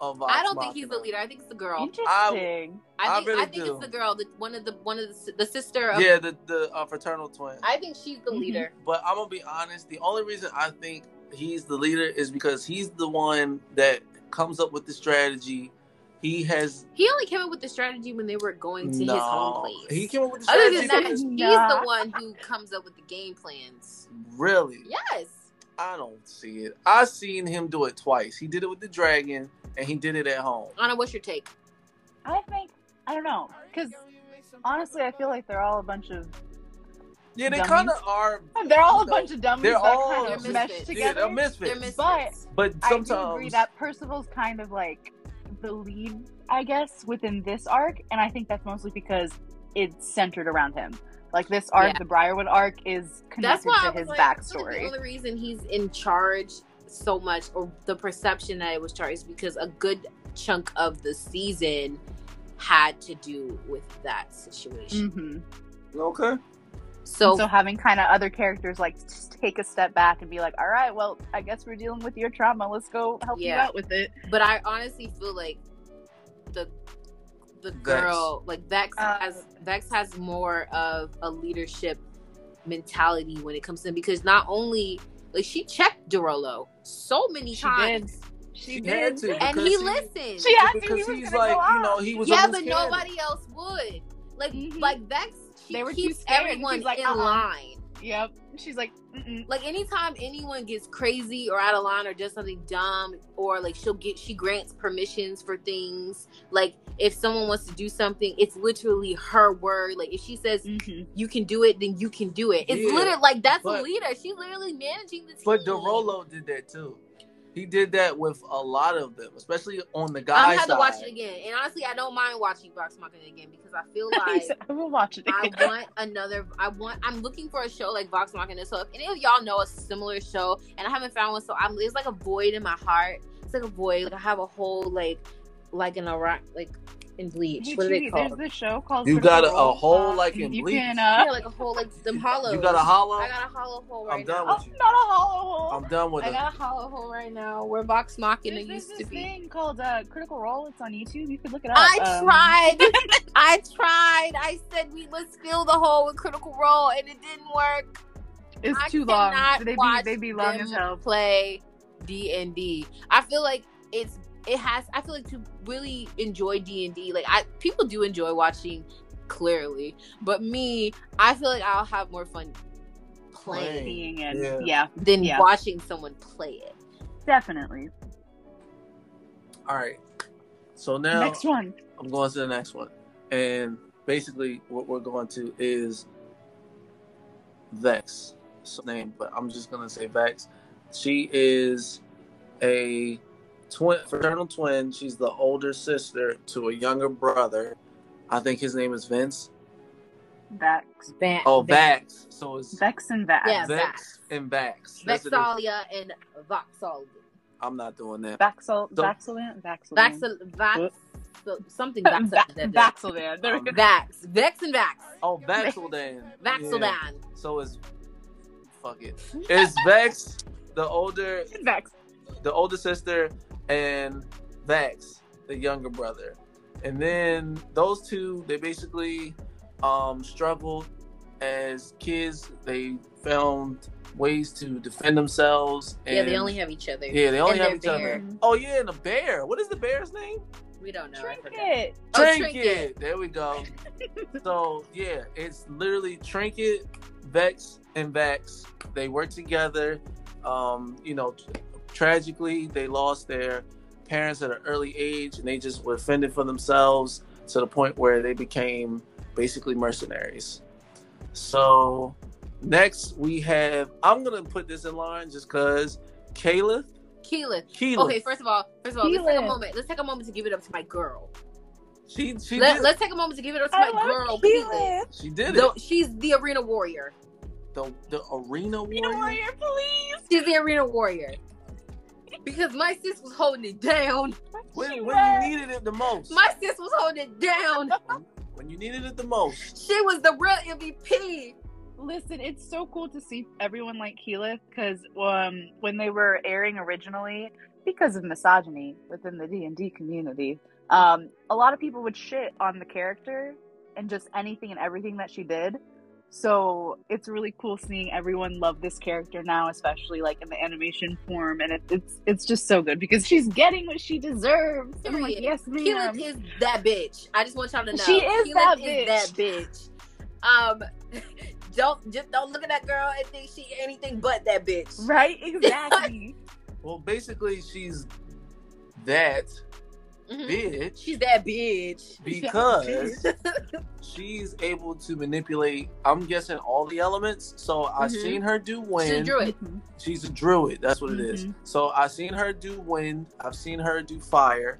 Speaker 2: of. Vox
Speaker 1: I don't think he's the
Speaker 2: Machina.
Speaker 1: leader. I think it's the girl.
Speaker 3: Interesting.
Speaker 1: I
Speaker 2: I
Speaker 1: think I,
Speaker 2: really
Speaker 1: think
Speaker 2: do.
Speaker 1: it's the girl. The, one of the one of the, s- the sister of.
Speaker 2: Yeah, the the uh, fraternal twin.
Speaker 1: I think she's the
Speaker 3: Mhm.
Speaker 1: leader.
Speaker 2: But I'm gonna be honest. The only reason I think he's the leader is because he's the one that comes up with the strategy. He has
Speaker 1: He only came up with the strategy when they were going to
Speaker 2: no.
Speaker 1: his home place.
Speaker 2: He came up with the
Speaker 1: Other
Speaker 2: strategy.
Speaker 1: than that, he's
Speaker 2: because-
Speaker 1: the
Speaker 3: Nah.
Speaker 1: one who comes up with the game plans.
Speaker 2: really,
Speaker 1: Yes.
Speaker 2: I don't see it. I seen him do it twice. He did it with the dragon, and he did it at home.
Speaker 1: Anna, what's your take?
Speaker 3: I think I don't know because honestly, I feel like they're all a bunch of
Speaker 2: Yeah, they
Speaker 3: Dummies.
Speaker 2: kind of are.
Speaker 3: they're all a
Speaker 2: No.
Speaker 3: bunch of dummies
Speaker 2: They're
Speaker 3: that
Speaker 2: all
Speaker 3: kind of
Speaker 1: They're
Speaker 3: mesh
Speaker 1: misfits.
Speaker 2: Yeah,
Speaker 3: together.
Speaker 2: they're
Speaker 1: They're
Speaker 2: misfits.
Speaker 1: misfits.
Speaker 3: But-
Speaker 2: but
Speaker 3: I
Speaker 2: sometimes
Speaker 3: do agree that Percival's kind of like the lead, I guess, within this arc, and I think that's mostly because it's centered around him. Like this arc,
Speaker 1: Yeah.
Speaker 3: the Briarwood arc,
Speaker 1: That's
Speaker 3: is connected
Speaker 1: why I
Speaker 3: to
Speaker 1: was
Speaker 3: his
Speaker 1: like, I feel like
Speaker 3: backstory.
Speaker 1: The only reason he's in charge so much, or the perception that it was charged, is because a good chunk of the season had to do with that situation.
Speaker 3: hmm
Speaker 2: okay.
Speaker 1: So,
Speaker 3: Mm. so having kind of other characters like just take a step back and be like, "All right, well, I guess we're dealing with your trauma. Let's go help you
Speaker 1: Yeah.
Speaker 3: out with it."
Speaker 1: but I honestly feel like the the girl, like Vex,
Speaker 3: Uh,
Speaker 1: has Vex has more of a leadership mentality when it comes to because not only like she checked Dorolo so many
Speaker 3: She
Speaker 1: times,
Speaker 2: She had to.
Speaker 1: and
Speaker 2: because
Speaker 1: he listened.
Speaker 3: She asked if he
Speaker 2: because
Speaker 3: was
Speaker 2: he's
Speaker 3: gonna
Speaker 2: like,
Speaker 3: go
Speaker 2: you
Speaker 3: out.
Speaker 2: know, he was.
Speaker 1: yeah,
Speaker 2: on his
Speaker 1: but
Speaker 2: cannon.
Speaker 1: nobody else would. Like,
Speaker 3: Mhm.
Speaker 1: like Vex, she
Speaker 3: They were too
Speaker 1: keeps
Speaker 3: scared.
Speaker 1: everyone
Speaker 3: She's like,
Speaker 1: in
Speaker 3: uh-uh.
Speaker 1: line.
Speaker 3: Yep. She's like, Mm-mm.
Speaker 1: Like, anytime anyone gets crazy or out of line or does something dumb, or like she'll get, she grants permissions for things. Like, if someone wants to do something, it's literally her word. Like, if she says
Speaker 3: Mm-hmm.
Speaker 1: you can do it, then you can do it. It's
Speaker 2: Mm. Yeah,
Speaker 1: literally like that's a
Speaker 2: but-
Speaker 1: leader. She's literally managing the team.
Speaker 2: But Derolo did that too. He did that with a lot of them, especially on the
Speaker 1: I'm
Speaker 2: guy
Speaker 1: gonna have
Speaker 2: side.
Speaker 1: to watch it again. And honestly, I don't mind watching Vox Machina again because I feel like.
Speaker 3: I will watch it.
Speaker 1: I
Speaker 3: Again.
Speaker 1: want another. I want. I'm looking for a show like Vox Machina. So if any of y'all know a similar show, and I haven't found one, so I'm there's like a void in my heart. It's like a void. Like I have a whole like, like an Iraq, like in bleach.
Speaker 3: Hey,
Speaker 1: what are they
Speaker 3: Chidi,
Speaker 1: called?
Speaker 3: There's this show called.
Speaker 2: You got a-
Speaker 3: Critical
Speaker 2: a
Speaker 3: Role.
Speaker 2: hole
Speaker 3: Uh,
Speaker 2: like in
Speaker 3: you
Speaker 2: Bleach.
Speaker 3: Can,
Speaker 1: Yeah,
Speaker 3: uh,
Speaker 1: like a whole like them hollows.
Speaker 2: You got a hollow.
Speaker 1: I got a hollow hole
Speaker 2: I'm
Speaker 1: right
Speaker 2: done
Speaker 1: now. Oh,
Speaker 2: with
Speaker 3: oh, not a hollow hole.
Speaker 2: I'm done with
Speaker 1: I
Speaker 2: it.
Speaker 1: got a hollow hole right now where Vox Machina
Speaker 3: There's, there's
Speaker 1: used to
Speaker 3: this
Speaker 1: be.
Speaker 3: thing called uh, Critical Role. It's on YouTube. You could look it up.
Speaker 1: I
Speaker 3: Um,
Speaker 1: tried. I tried. I said we must fill the hole with Critical Role, and it didn't work.
Speaker 3: It's
Speaker 1: I
Speaker 3: too long.
Speaker 1: cannot
Speaker 3: They be,
Speaker 1: watch
Speaker 3: they be long as
Speaker 1: them
Speaker 3: hell.
Speaker 1: play D and D. I feel like it's it has. I feel like to really enjoy D and D, like I people do enjoy watching clearly, but me, I feel like I'll have more fun playing
Speaker 3: Seeing it.
Speaker 2: Yeah.
Speaker 3: Yeah.
Speaker 1: than
Speaker 3: Yeah.
Speaker 1: watching someone play it.
Speaker 3: definitely.
Speaker 2: All right. So now
Speaker 3: Next one.
Speaker 2: I'm going to the next one. And basically, what we're going to is Vex. It's her name, but I'm just going to say Vex. She is a twin, fraternal twin. She's the older sister to a younger brother. I think his name is Vince.
Speaker 3: Vex.
Speaker 1: Van,
Speaker 2: Oh, Vax. So it's
Speaker 3: Vex and Vax.
Speaker 1: Yeah,
Speaker 2: Vex
Speaker 1: Vax.
Speaker 2: and Vax. That's what it is.
Speaker 1: Vexalia and Voxalia.
Speaker 2: I'm not doing that.
Speaker 3: Vaxel.
Speaker 2: So-
Speaker 3: Vaxelant. Vaxelant.
Speaker 1: Vaxal, Vax, something
Speaker 3: Va-
Speaker 1: Vax.
Speaker 3: Vaxelvan.
Speaker 1: Oh,
Speaker 3: There we go.
Speaker 1: Vax, Vex and Vax,
Speaker 2: Oh, Vaxeldan.
Speaker 1: Vaxaldan.
Speaker 2: Yeah. So it's fuck it. It's Vex, the older
Speaker 3: Vax.
Speaker 2: the older sister and Vax, the younger brother. And then those two, they basically um, struggled as kids. They found ways to defend themselves. And
Speaker 1: Yeah, they only have each other.
Speaker 2: yeah, they only
Speaker 1: and
Speaker 2: have
Speaker 1: their
Speaker 2: each
Speaker 1: bear.
Speaker 2: other. Oh yeah, and a bear. What is the bear's name?
Speaker 1: We don't know. I forgot.
Speaker 3: Trinket.
Speaker 1: Oh,
Speaker 2: Trinket.
Speaker 1: Trinket.
Speaker 2: There we go. so yeah, it's literally Trinket, Vex, and Vex. They work together. Um, you know, t- tragically, they lost their parents at an early age and they just were fending for themselves to the point where they became basically mercenaries. So next we have I'm gonna put this in line just cause Kayla.
Speaker 1: Keelan.
Speaker 2: Keelan.
Speaker 1: Okay, first of all, first of all, let's take a
Speaker 3: Keelan.
Speaker 1: moment. Let's take a moment to give it up to my girl.
Speaker 2: she she
Speaker 1: Let,
Speaker 2: did,
Speaker 1: us take a moment to give it up to
Speaker 3: I
Speaker 1: my
Speaker 3: love
Speaker 1: girl, Keelan.
Speaker 3: Keelan.
Speaker 2: she did
Speaker 1: Though
Speaker 2: it.
Speaker 1: she's the arena warrior.
Speaker 2: The the arena
Speaker 3: You know,
Speaker 2: warrior.
Speaker 3: warrior, please.
Speaker 1: She's the arena warrior. Because my sis was holding it down.
Speaker 3: She
Speaker 2: When, when
Speaker 3: was.
Speaker 2: you needed it the most.
Speaker 1: My sis was holding it down.
Speaker 2: when you needed it the most.
Speaker 1: She was the real MVP.
Speaker 3: Listen, it's so cool to see everyone like Keela because um, when they were airing originally, because of misogyny within the D and D community, um, a lot of people would shit on the character and just anything and everything that she did. So it's really cool seeing everyone love this character now, especially like in the animation form, and it, it's it's just so good because she's getting what she deserves. I'm like,
Speaker 1: Period.
Speaker 3: yes, ma'am.
Speaker 1: Keelan is that bitch. I just want y'all to know.
Speaker 3: She is
Speaker 1: Keelan
Speaker 3: that
Speaker 1: is that bitch. Um, don't just don't look at that girl and think she anything but that bitch.
Speaker 3: right? Exactly.
Speaker 2: Well basically she's that
Speaker 1: Mhm.
Speaker 2: bitch
Speaker 1: She's that bitch.
Speaker 2: because she's able to manipulate I'm guessing all the elements. So I've
Speaker 1: Mhm.
Speaker 2: seen her
Speaker 1: She's
Speaker 2: do
Speaker 1: a
Speaker 2: wind.
Speaker 1: druid.
Speaker 3: Mm-hmm.
Speaker 1: Mm-hmm.
Speaker 2: She's a druid. That's what it is.
Speaker 3: Mhm.
Speaker 2: So I've seen her do wind. I've seen her do fire.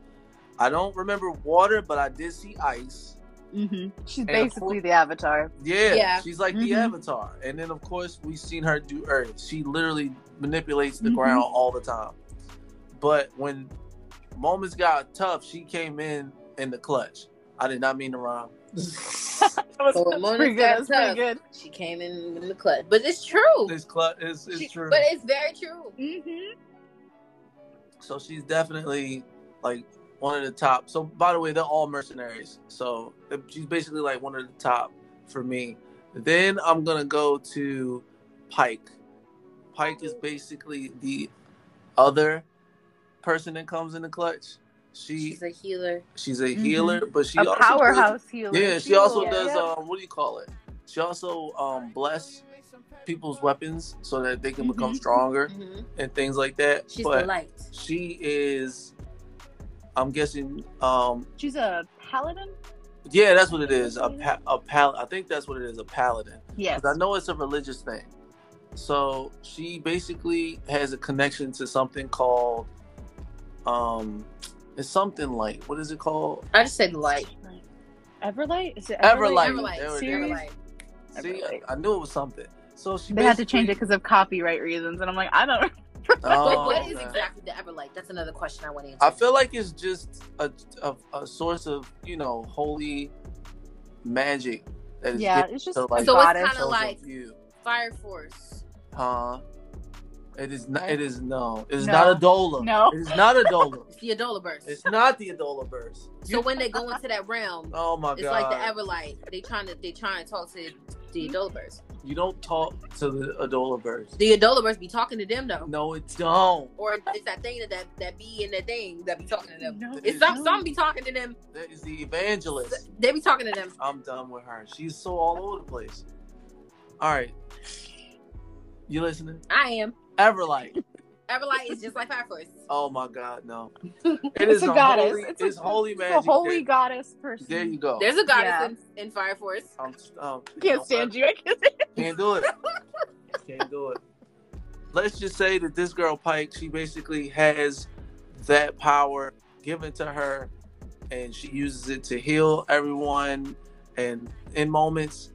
Speaker 2: I don't remember water, but I did see ice.
Speaker 3: hmm She's
Speaker 2: And
Speaker 3: basically the avatar.
Speaker 2: Yeah,
Speaker 1: Yeah. Mm-hmm.
Speaker 2: she's like the
Speaker 3: Mhm.
Speaker 2: avatar. And then of course we've seen her do earth. She literally manipulates the
Speaker 1: Mm-hmm.
Speaker 3: Mhm.
Speaker 2: ground all the time. But when moments got tough, she came in in the clutch. I did not mean to rhyme.
Speaker 3: That was,
Speaker 1: Well,
Speaker 3: that's
Speaker 1: Mona's
Speaker 3: pretty good.
Speaker 1: got
Speaker 3: That's pretty good.
Speaker 1: She came in in the clutch, but it's true.
Speaker 2: It's clutch. It's, it's
Speaker 1: She-
Speaker 2: true.
Speaker 1: But it's very true.
Speaker 3: Mm-hmm.
Speaker 2: So she's definitely like one of the top. So by the way, they're all mercenaries. So she's basically like one of the top for me. Then I'm gonna go to Pike. Pike is basically the other person that comes in the clutch. She
Speaker 1: She's a healer.
Speaker 2: she's a
Speaker 1: Mm-hmm.
Speaker 3: Mhm.
Speaker 2: healer, but she
Speaker 3: A
Speaker 2: also does-
Speaker 3: powerhouse healer.
Speaker 2: yeah, she also
Speaker 1: Yeah.
Speaker 2: does. Um, what do you call it? She also um, bless people's weapons so that they can become
Speaker 3: Mhm.
Speaker 2: stronger
Speaker 1: hmm
Speaker 2: and things like that.
Speaker 1: She's
Speaker 2: but
Speaker 1: the light.
Speaker 2: she is i'm guessing um
Speaker 3: She's a paladin.
Speaker 2: yeah that's what it is a, pa- a pal i think that's what it is a paladin
Speaker 3: Yes.
Speaker 2: 'Cause i know it's a religious thing so she basically has a connection to something called um it's something like what is it called
Speaker 1: I just said light.
Speaker 3: Everlight is it
Speaker 2: Everlight.
Speaker 3: Everlight?
Speaker 1: Everlight.
Speaker 2: there we go.
Speaker 1: Everlight.
Speaker 2: see I,
Speaker 3: Everlight.
Speaker 2: I knew it was something so she
Speaker 3: They had to change it because of copyright reasons, and I'm like, I don't.
Speaker 2: basically-
Speaker 1: But
Speaker 2: Oh,
Speaker 1: what is
Speaker 2: okay.
Speaker 1: exactly the Everlight? That's another question I want to answer.
Speaker 2: I feel like it's just a, a, a source of you know holy magic that is
Speaker 3: Yeah,
Speaker 2: given
Speaker 3: it's just
Speaker 2: So, like-
Speaker 3: a
Speaker 1: So it's
Speaker 3: goddess.
Speaker 1: kinda
Speaker 2: to
Speaker 1: like-
Speaker 2: you.
Speaker 1: Fire Force.
Speaker 2: Huh? It is not. It is no. It is
Speaker 3: No.
Speaker 2: not a dola.
Speaker 3: No.
Speaker 2: It is not a dola.
Speaker 1: It's the Adola Burst.
Speaker 2: it's not the Adola burst.
Speaker 1: so when they go into that realm,
Speaker 2: Oh my
Speaker 1: it's
Speaker 2: god!
Speaker 1: like the Everlight. They trying to they trying to talk to the Adola Burst.
Speaker 2: you don't talk to the Adola burst.
Speaker 1: The Adola Burst be talking to them though.
Speaker 2: No, it don't.
Speaker 1: Or it's that thing that that, that bee and that thing that be talking to them.
Speaker 3: No,
Speaker 1: It's
Speaker 2: No.
Speaker 1: some some be talking to them.
Speaker 2: That is the evangelist.
Speaker 1: They be talking to them.
Speaker 2: I'm done with her. She's so all over the place. All right. You listening?
Speaker 1: I am.
Speaker 2: Everlight.
Speaker 1: Everlight is just like Fire Force.
Speaker 2: Oh my god, no. It
Speaker 3: It's
Speaker 2: is
Speaker 3: a goddess.
Speaker 2: Holy, it's,
Speaker 3: a-
Speaker 2: holy
Speaker 3: it's
Speaker 2: magic.
Speaker 3: A holy
Speaker 2: there,
Speaker 3: goddess person.
Speaker 2: there you go.
Speaker 1: There's a goddess
Speaker 3: Yeah.
Speaker 1: in, in Fire Force.
Speaker 2: I'm, um,
Speaker 3: Can't stand you. I can't stand
Speaker 2: Can't do it. Can't do it. Let's just say that this girl Pike, she basically has that power given to her, and she uses it to heal everyone, and in moments,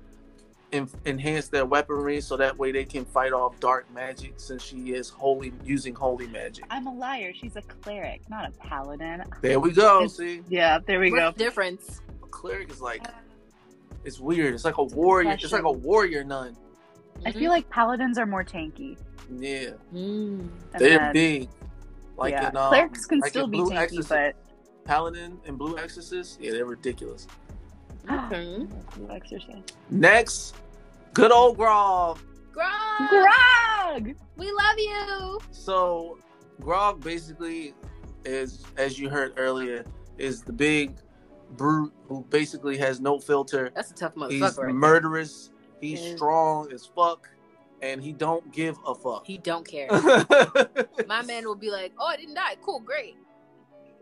Speaker 2: en- enhance their weaponry so that way they can fight off dark magic. Since she is holy, using holy magic.
Speaker 3: I'm a liar. She's a cleric, not a paladin.
Speaker 2: There we go. See,
Speaker 3: Yeah, there we go.
Speaker 1: What's the difference?
Speaker 2: a cleric is like it's weird. It's like a warrior. It's like a warrior nun.
Speaker 3: I
Speaker 1: Mm-hmm.
Speaker 2: Mm-hmm.
Speaker 3: feel like paladins are more tanky.
Speaker 2: Yeah,
Speaker 1: Mm.
Speaker 3: And
Speaker 2: they're
Speaker 3: then-
Speaker 2: big. Like
Speaker 3: yeah.
Speaker 2: in, um,
Speaker 3: clerics can
Speaker 2: like in
Speaker 3: still be
Speaker 2: Blue
Speaker 3: tanky,
Speaker 2: Exorcist.
Speaker 3: but
Speaker 2: Paladin and Blue Exorcist, yeah, they're ridiculous.
Speaker 1: Okay.
Speaker 3: Blue exercise.
Speaker 2: Next, good old Grog.
Speaker 1: Grog,
Speaker 3: Grog!
Speaker 1: we love you.
Speaker 2: So, Grog basically is, as you heard earlier, is the big brute who basically has no filter.
Speaker 1: That's a tough
Speaker 3: Oh,
Speaker 2: He's
Speaker 1: motherfucker. right
Speaker 2: murderous. He's
Speaker 1: Yeah.
Speaker 2: strong as fuck, and he don't give a
Speaker 1: there.
Speaker 2: fuck.
Speaker 1: He don't care. My man will be like, "Oh, I didn't die. Cool, great."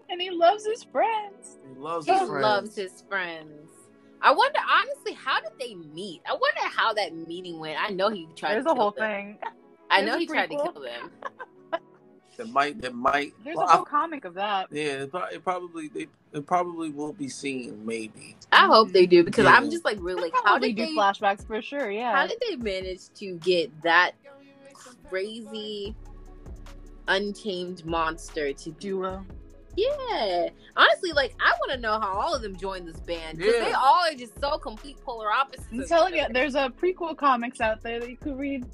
Speaker 3: and he loves his friends.
Speaker 2: He loves
Speaker 1: He
Speaker 2: his friends.
Speaker 1: loves his friends. I wonder, honestly, how did they meet? I wonder how that meeting went. I know he tried.
Speaker 3: There's
Speaker 1: to
Speaker 3: a
Speaker 1: kill
Speaker 3: whole
Speaker 1: them.
Speaker 3: thing.
Speaker 1: I
Speaker 3: There's
Speaker 1: know
Speaker 3: a
Speaker 1: he tried to
Speaker 3: prequel.
Speaker 1: kill them.
Speaker 2: That might. That might.
Speaker 3: There's
Speaker 2: well,
Speaker 3: a whole comic of that.
Speaker 2: I- yeah. It pro- it probably. They, it probably will be seen. Maybe.
Speaker 1: I hope they do because
Speaker 2: Yeah.
Speaker 1: I'm just like really like how
Speaker 3: Probably
Speaker 1: did
Speaker 3: do
Speaker 1: they
Speaker 3: flashbacks for sure? Yeah.
Speaker 1: how did they manage to get that crazy untamed monster to do
Speaker 3: duo?
Speaker 1: yeah honestly like i want to know how all of them joined this band because
Speaker 2: Yeah.
Speaker 1: they all are just so complete polar opposites
Speaker 3: I'm
Speaker 1: of
Speaker 3: telling
Speaker 1: each
Speaker 3: you,
Speaker 1: other.
Speaker 3: there's a prequel comics out there that you could read.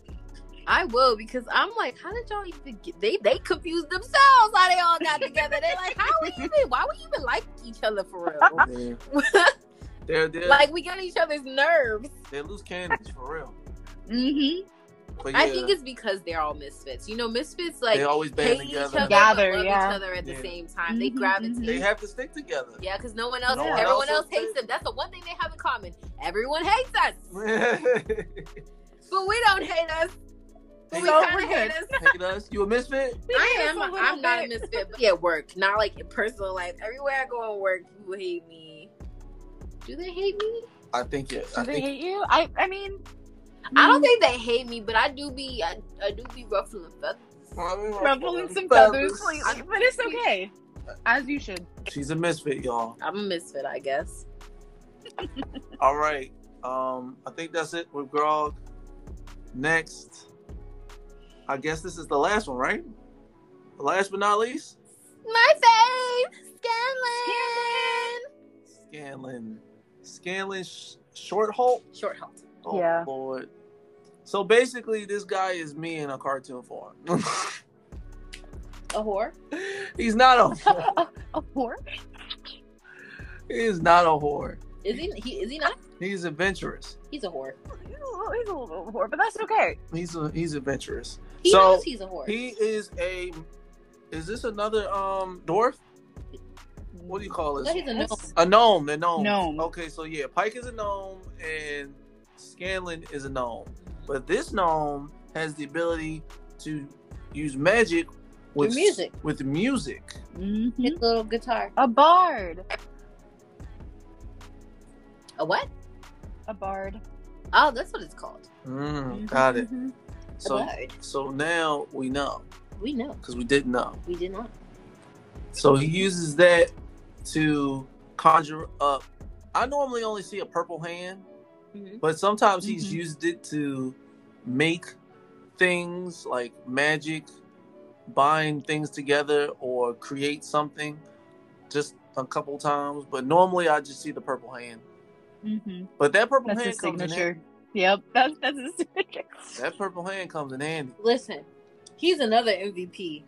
Speaker 1: i will because i'm like how did y'all even get they they confused themselves how they all got together they're like how we even why we even like each other for real
Speaker 2: Yeah. they're they're
Speaker 1: like we got each other's nerves
Speaker 2: they're loose cannons for real.
Speaker 3: Mm-hmm.
Speaker 2: But
Speaker 1: i
Speaker 2: yeah,
Speaker 1: think it's because they're all misfits you know misfits like
Speaker 2: they always band
Speaker 1: hate each
Speaker 2: together.
Speaker 1: other,
Speaker 3: Gather,
Speaker 1: but love
Speaker 3: yeah.
Speaker 1: each other at the
Speaker 2: Yeah.
Speaker 1: same time. They
Speaker 3: Mhm,
Speaker 1: gravitate.
Speaker 3: mhm.
Speaker 2: They have to stick together.
Speaker 1: yeah, because no one else,
Speaker 2: No
Speaker 3: one
Speaker 1: everyone
Speaker 2: else
Speaker 1: else
Speaker 2: will
Speaker 1: hates
Speaker 2: say-
Speaker 1: them. That's the one thing they have in common. Everyone hates us,
Speaker 2: Hate
Speaker 1: but we don't hate us. But we
Speaker 2: So
Speaker 1: kind
Speaker 3: we're
Speaker 1: of hate
Speaker 3: good.
Speaker 1: us.
Speaker 2: us? You a misfit?
Speaker 1: I am. I'm not a misfit, but yeah, work, not like in personal life. Everywhere I go and work, people hate me. Do they hate me?
Speaker 2: I think yeah. I
Speaker 3: Do they
Speaker 2: think
Speaker 3: hate you? I I mean,
Speaker 1: I don't think they hate me, but I do be. I, I do be ruffling feathers.
Speaker 3: ruffling some feathers, but it's okay. As you should.
Speaker 2: She's a misfit, y'all.
Speaker 1: I'm a misfit, I guess.
Speaker 2: All right. Um, I think that's it with Grog. Next, I guess this is the last one, right? Last but not least,
Speaker 1: My fave, Scanlan.
Speaker 2: Scanlan. Scanlan Sh- Short Halt.
Speaker 1: Short halt.
Speaker 2: Oh,
Speaker 3: Yeah.
Speaker 2: Lord. So basically, this guy is me in a cartoon form.
Speaker 1: A whore.
Speaker 2: He's not a. Whore.
Speaker 3: A whore?
Speaker 2: He is not a whore.
Speaker 1: Is he? he is he not?
Speaker 2: He's adventurous.
Speaker 1: He's a whore.
Speaker 3: He's a little, he's a little bit of a whore, but that's okay.
Speaker 2: He's a, he's adventurous.
Speaker 1: He
Speaker 2: So,
Speaker 1: knows he's a whore.
Speaker 2: He is a. Is this another um dwarf? What do you call
Speaker 1: no,
Speaker 2: this?
Speaker 1: he's a gnome.
Speaker 2: A gnome. The gnome.
Speaker 3: Gnome.
Speaker 2: Okay, so yeah, Pike is a gnome and Scanlan is a gnome, but this gnome has the ability to use magic with
Speaker 1: With music.
Speaker 2: With music.
Speaker 3: Mhm.
Speaker 2: Mm-hmm.
Speaker 1: His little guitar.
Speaker 3: A bard.
Speaker 1: A what?
Speaker 3: A bard.
Speaker 1: Oh, that's what it's called.
Speaker 2: Mm, Got it.
Speaker 3: Mhm.
Speaker 1: a
Speaker 2: So
Speaker 1: bird.
Speaker 2: so now we know
Speaker 1: We know.
Speaker 2: because we didn't know.
Speaker 1: We did not.
Speaker 2: So he uses that to conjure up. I normally only see a purple hand,
Speaker 1: Mhm.
Speaker 2: but sometimes he's
Speaker 3: Mhm.
Speaker 2: used it to make things like magic, bind things together, or create something just a couple times. But normally I just see the purple hand.
Speaker 3: Mhm.
Speaker 2: But that purple
Speaker 3: That's
Speaker 2: hand
Speaker 3: his
Speaker 2: comes in handy.
Speaker 3: signature. Yep, that's that's his signature.
Speaker 2: That purple hand comes in handy.
Speaker 1: Listen, he's another MVP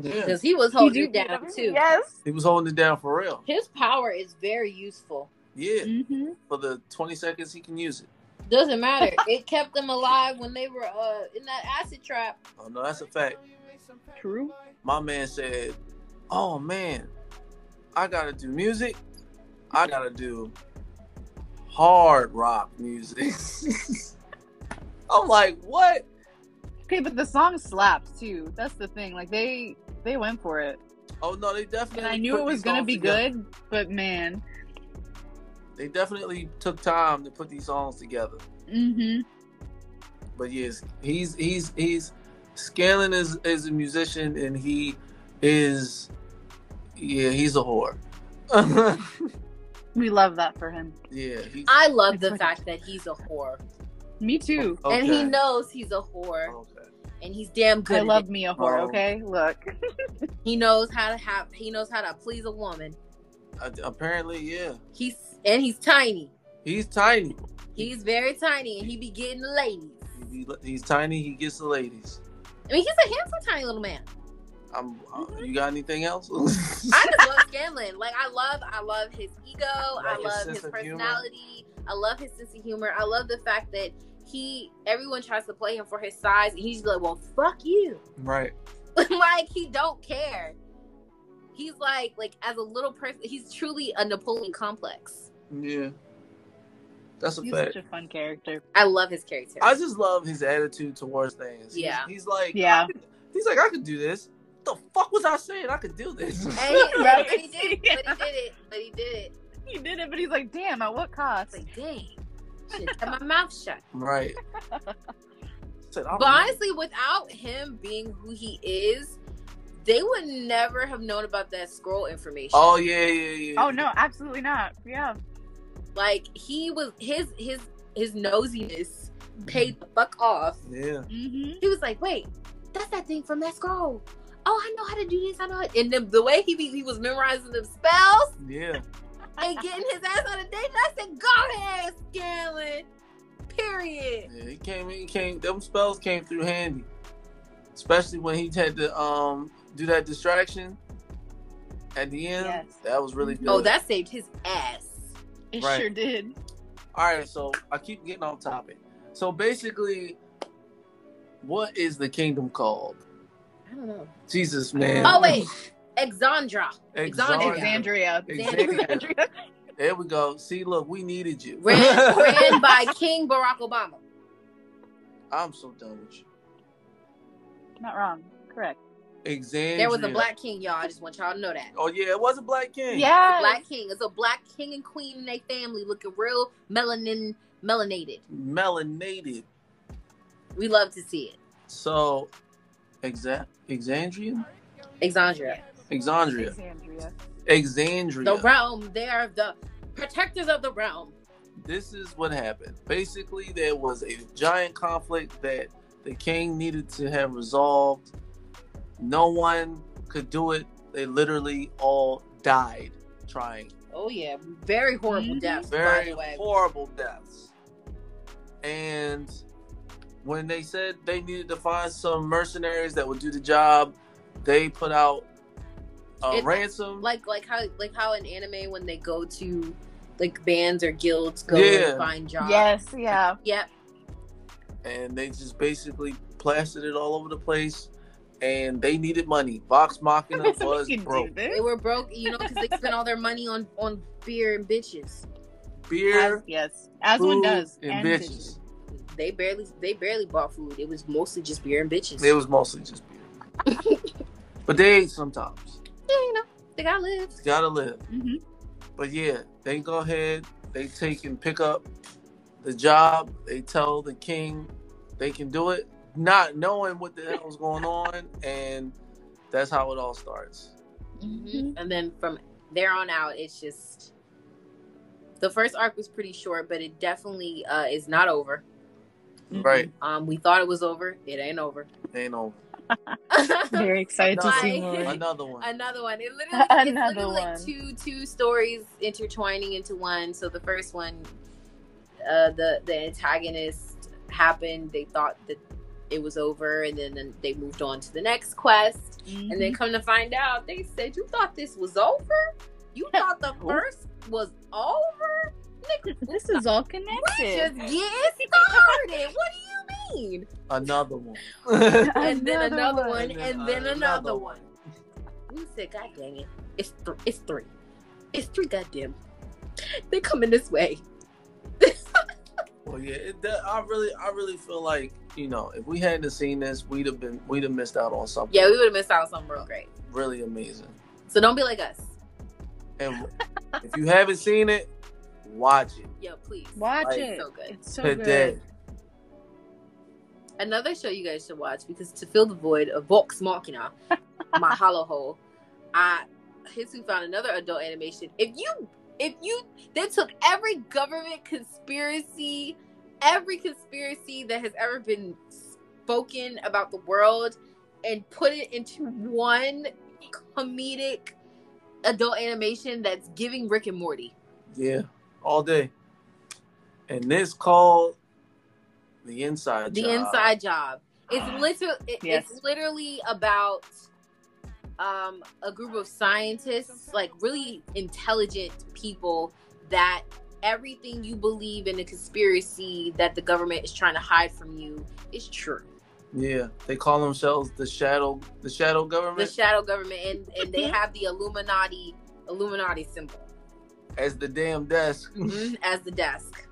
Speaker 2: Yeah.
Speaker 1: because he was
Speaker 3: He
Speaker 1: holding
Speaker 3: do
Speaker 1: it down
Speaker 3: beat
Speaker 1: too.
Speaker 3: him. Yes.
Speaker 2: He was holding it down for real.
Speaker 1: His power is very useful.
Speaker 2: Yeah.
Speaker 3: hmm
Speaker 2: For the 20 seconds he can use it.
Speaker 1: Doesn't matter. it kept them alive when they were uh, in that acid trap.
Speaker 2: Oh, no, that's a fact.
Speaker 3: True.
Speaker 2: my man said, "Oh man, I gotta do music. I gotta do hard rock music." I'm like, "What?"
Speaker 3: Okay, but the song slaps too. That's the thing. Like they they went for it,
Speaker 2: Oh no, they definitely.
Speaker 3: and I knew
Speaker 2: put
Speaker 3: it was
Speaker 2: these
Speaker 3: gonna
Speaker 2: songs
Speaker 3: be
Speaker 2: together.
Speaker 3: good. But man,
Speaker 2: They definitely took time to put these songs together.
Speaker 3: mm-hmm.
Speaker 2: But yes, he's he's he's Scanlon is is a musician, and he is yeah, he's a whore.
Speaker 3: we love that for him.
Speaker 2: yeah, he's,
Speaker 1: I love
Speaker 3: It's
Speaker 1: the
Speaker 3: like-
Speaker 1: fact that he's a whore,
Speaker 3: Me too.
Speaker 1: and he
Speaker 2: Okay. Oh.
Speaker 1: knows he's a whore,
Speaker 2: Okay.
Speaker 1: and he's damn good.
Speaker 3: I
Speaker 1: at
Speaker 3: love me a whore.
Speaker 2: Oh.
Speaker 3: Okay, look.
Speaker 1: it. He knows how to have. He knows how to please a woman.
Speaker 2: A- Apparently, yeah,
Speaker 1: He's and he's tiny.
Speaker 2: he's tiny.
Speaker 1: He's very tiny and he be getting the ladies.
Speaker 2: He- he's tiny. He gets the ladies.
Speaker 1: I mean, he's a handsome, tiny little man.
Speaker 2: I'm, uh, you got anything else?
Speaker 1: I just love Scanlan. Like, I love, I love his ego. I
Speaker 2: Like his
Speaker 1: love
Speaker 2: sense
Speaker 1: his
Speaker 2: of humor.
Speaker 1: personality. I love his sense of humor. I love the fact that he, everyone tries to play him for his size, and he's just like, "Well, fuck you."
Speaker 2: right.
Speaker 1: like, he don't care. He's like, like as a little person, he's truly a Napoleon complex.
Speaker 2: Yeah. That's a
Speaker 3: He's
Speaker 2: fact.
Speaker 3: such a fun character.
Speaker 1: I love his character.
Speaker 2: I just love his attitude towards things. He's-
Speaker 1: Yeah.
Speaker 2: He's, like,
Speaker 3: Yeah.
Speaker 2: I could- he's like, I could do this. What the fuck was I saying? I could do this.
Speaker 1: And he,
Speaker 3: Right.
Speaker 1: but he did it. But he did it. But he did it.
Speaker 3: He did it, but he's like, damn, at what
Speaker 1: It's
Speaker 3: cost?
Speaker 1: like, dang. Shit, kept my mouth shut.
Speaker 2: right. Said, I'm
Speaker 1: But honestly, without him being who he is, they would never have known about that scroll information.
Speaker 2: oh yeah, yeah, yeah.
Speaker 3: Oh no, absolutely not. Yeah.
Speaker 1: Like he was his his his nosiness paid the fuck off.
Speaker 2: Yeah.
Speaker 3: Mm-hmm.
Speaker 1: He was like, wait, that's that thing from that scroll. Oh, I know how to do this. I know. How And the, the way he be, he was memorizing them spells
Speaker 2: Yeah.
Speaker 1: and getting his ass on a date. And I said, go ahead, Scanlon. Period.
Speaker 2: Yeah, he came. He came. Them spells came through handy, especially when he had to um do that distraction at the end.
Speaker 3: Yes.
Speaker 2: That was really good.
Speaker 1: Oh, that saved his ass.
Speaker 3: It
Speaker 2: Right.
Speaker 3: sure did.
Speaker 2: All right. So I keep getting off topic. So basically, what is the kingdom called?
Speaker 1: I don't know.
Speaker 2: Jesus, man.
Speaker 1: Oh wait, Exandra. Exandria.
Speaker 3: Alexandria.
Speaker 2: Exandria.
Speaker 3: Alexandria.
Speaker 2: There we go. See, look, we needed you.
Speaker 1: ran, ran by King Barack Obama.
Speaker 2: I'm so done with you.
Speaker 3: Not wrong. Correct.
Speaker 2: Exandria.
Speaker 1: There was a black king, y'all. I just want y'all to know that.
Speaker 2: Oh yeah, it was a black king.
Speaker 3: Yeah.
Speaker 1: Black king. It's a black king and queen in their family looking real melanin melanated.
Speaker 2: Melanated.
Speaker 1: We love to see
Speaker 2: So, exa- Exandria.
Speaker 1: it. Exandria.
Speaker 2: Exandria.
Speaker 3: Alexandria.
Speaker 2: Exandria.
Speaker 1: The realm. They are the protectors of the realm.
Speaker 2: this is what happened. Basically, there was a giant conflict that the king needed to have resolved. No one could do it. They literally all died trying.
Speaker 1: Oh yeah. Very horrible
Speaker 3: Mhm.
Speaker 1: deaths, by
Speaker 2: Very
Speaker 1: the way.
Speaker 2: horrible deaths. And when they said they needed to find some mercenaries that would do the job, they put out a
Speaker 1: It's
Speaker 2: ransom.
Speaker 1: like like how like how in anime when they go to like bands or guilds go
Speaker 2: Yeah.
Speaker 1: and find jobs.
Speaker 3: Yes, yeah.
Speaker 1: Yep.
Speaker 2: and they just basically plastered it all over the place. And they needed money. Vox Machina
Speaker 3: So we
Speaker 2: was
Speaker 3: can do
Speaker 2: broke.
Speaker 3: this.
Speaker 1: They were broke, you know, because they spent all their money on on beer and bitches.
Speaker 3: As,
Speaker 2: Beer,
Speaker 3: yes, as one
Speaker 2: food,
Speaker 3: does.
Speaker 2: and bitches.
Speaker 1: they barely they barely bought food. It was mostly just beer and bitches.
Speaker 2: It was mostly just beer, but they ate sometimes.
Speaker 1: yeah, you know, they got live.
Speaker 2: Gotta live.
Speaker 1: Mm-hmm.
Speaker 3: hmm
Speaker 2: But yeah, they go ahead. They take and pick up the job. They tell the king they can do it, not knowing what the hell was going on, and that's how it all starts.
Speaker 3: Mm-hmm.
Speaker 1: And then from there on out, it's just the first arc was pretty short, but it definitely uh, is not over.
Speaker 2: Right?
Speaker 3: Mm-hmm.
Speaker 1: Um, we thought it was over. It ain't over.
Speaker 2: Ain't over.
Speaker 3: Mm-hmm. Very excited to see
Speaker 1: Like-
Speaker 3: more.
Speaker 2: Another one.
Speaker 1: Another one. It literally, it's
Speaker 3: Another
Speaker 1: literally
Speaker 3: one.
Speaker 1: like two two stories intertwining into one. So the first one, uh, the the antagonist happened. They thought that it was over, and then, then they moved on to the next quest. And then come to find out, they said you thought this was over. You thought the first was over. Nigga,
Speaker 3: Mm-hmm. this is all
Speaker 1: we just
Speaker 3: connected.
Speaker 1: getting started. What do you mean?
Speaker 2: Another one.
Speaker 1: And then another one,
Speaker 2: And then
Speaker 1: and then
Speaker 2: another
Speaker 1: another one. We said, God dang it. It's, th- it's three. It's three goddamn. They're coming this way.
Speaker 2: Well, yeah, it, that, I really, I really feel like you know, if we hadn't have seen this, we'd have been, we'd have missed out on something.
Speaker 1: Yeah, we would have missed out on something real great.
Speaker 2: really amazing.
Speaker 1: So don't be like us.
Speaker 2: And if you haven't seen it, watch it
Speaker 1: Yo, please.
Speaker 3: Watch
Speaker 2: Like,
Speaker 3: it.
Speaker 1: so good.
Speaker 3: It's so
Speaker 2: today.
Speaker 3: good.
Speaker 1: Another show you guys should watch because to fill the void of Vox Machina, my hollow hole, I Hisu found another adult animation. If you if you they took every government conspiracy, every conspiracy that has ever been spoken about the world and put it into one comedic adult animation that's giving Rick and Morty.
Speaker 2: Yeah, all day. And this called the inside.
Speaker 1: the
Speaker 2: Job. Ah.
Speaker 1: inside job it's literally it,
Speaker 3: Yes.
Speaker 1: it's literally about um a group of scientists like really intelligent people that everything you believe in a conspiracy that the government is trying to hide from you is true
Speaker 2: Yeah, they call themselves the shadow, the shadow
Speaker 1: the
Speaker 2: government,
Speaker 1: shadow government and and they have the illuminati illuminati symbol
Speaker 2: as the damn desk.
Speaker 1: Mm-hmm. Mhm, as the desk.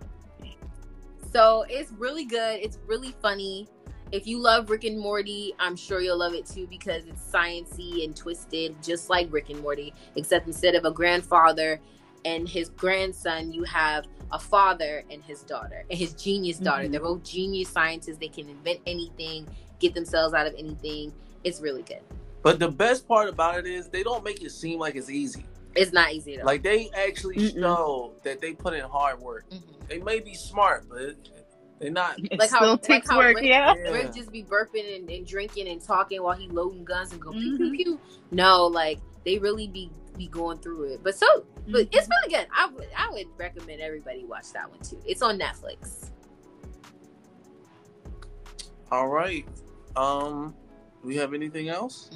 Speaker 1: So it's really good. It's really funny. if you love Rick and Morty, I'm sure you'll love it too because it's sciency and twisted, just like Rick and Morty. Except instead of a grandfather and his grandson, you have a father and his daughter, and his genius daughter.
Speaker 3: Mhm.
Speaker 1: They're both genius scientists. They can invent anything, get themselves out of anything. It's really good.
Speaker 2: But the best part about it is they don't make it seem like it's easy.
Speaker 1: It's not easy though.
Speaker 2: Like they actually
Speaker 3: Mm-mm.
Speaker 2: show that they put in hard work.
Speaker 1: Mhm.
Speaker 2: They may be smart, but it, they're not.
Speaker 3: It
Speaker 1: Like how-
Speaker 3: still
Speaker 1: like
Speaker 3: takes
Speaker 1: how
Speaker 3: work,
Speaker 1: Rick-
Speaker 3: yeah.
Speaker 2: Yeah.
Speaker 1: Rick just be burping and, and drinking and talking while he loading guns and go pew
Speaker 3: Mm-hmm.
Speaker 1: pew pew. No, like they really be be going through it. But so, but it's
Speaker 3: Mm-hmm.
Speaker 1: really good. I would I would recommend everybody watch that one too. It's on Netflix.
Speaker 2: All right. Um, do we have anything else?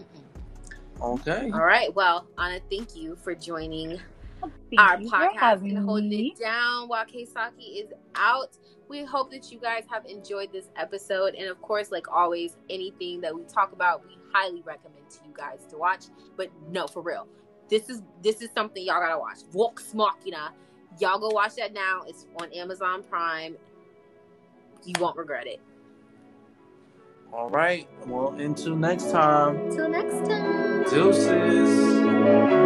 Speaker 2: Okay.
Speaker 1: All right. Well, Anna, thank you for joining
Speaker 3: Mm-hmm. Thank
Speaker 1: our
Speaker 3: you for
Speaker 1: podcast
Speaker 3: having
Speaker 1: and holding
Speaker 3: me.
Speaker 1: it down while Keisaki is out. We hope that you guys have enjoyed this episode. And of course, like always, anything that we talk about, we highly recommend to you guys to watch. But no, for real. This is this is something y'all gotta watch. Vox Machina. Y'all go watch that now. It's on Amazon Prime. You won't regret it.
Speaker 2: All right. Well, until next time,
Speaker 1: Till next time.
Speaker 2: deuces.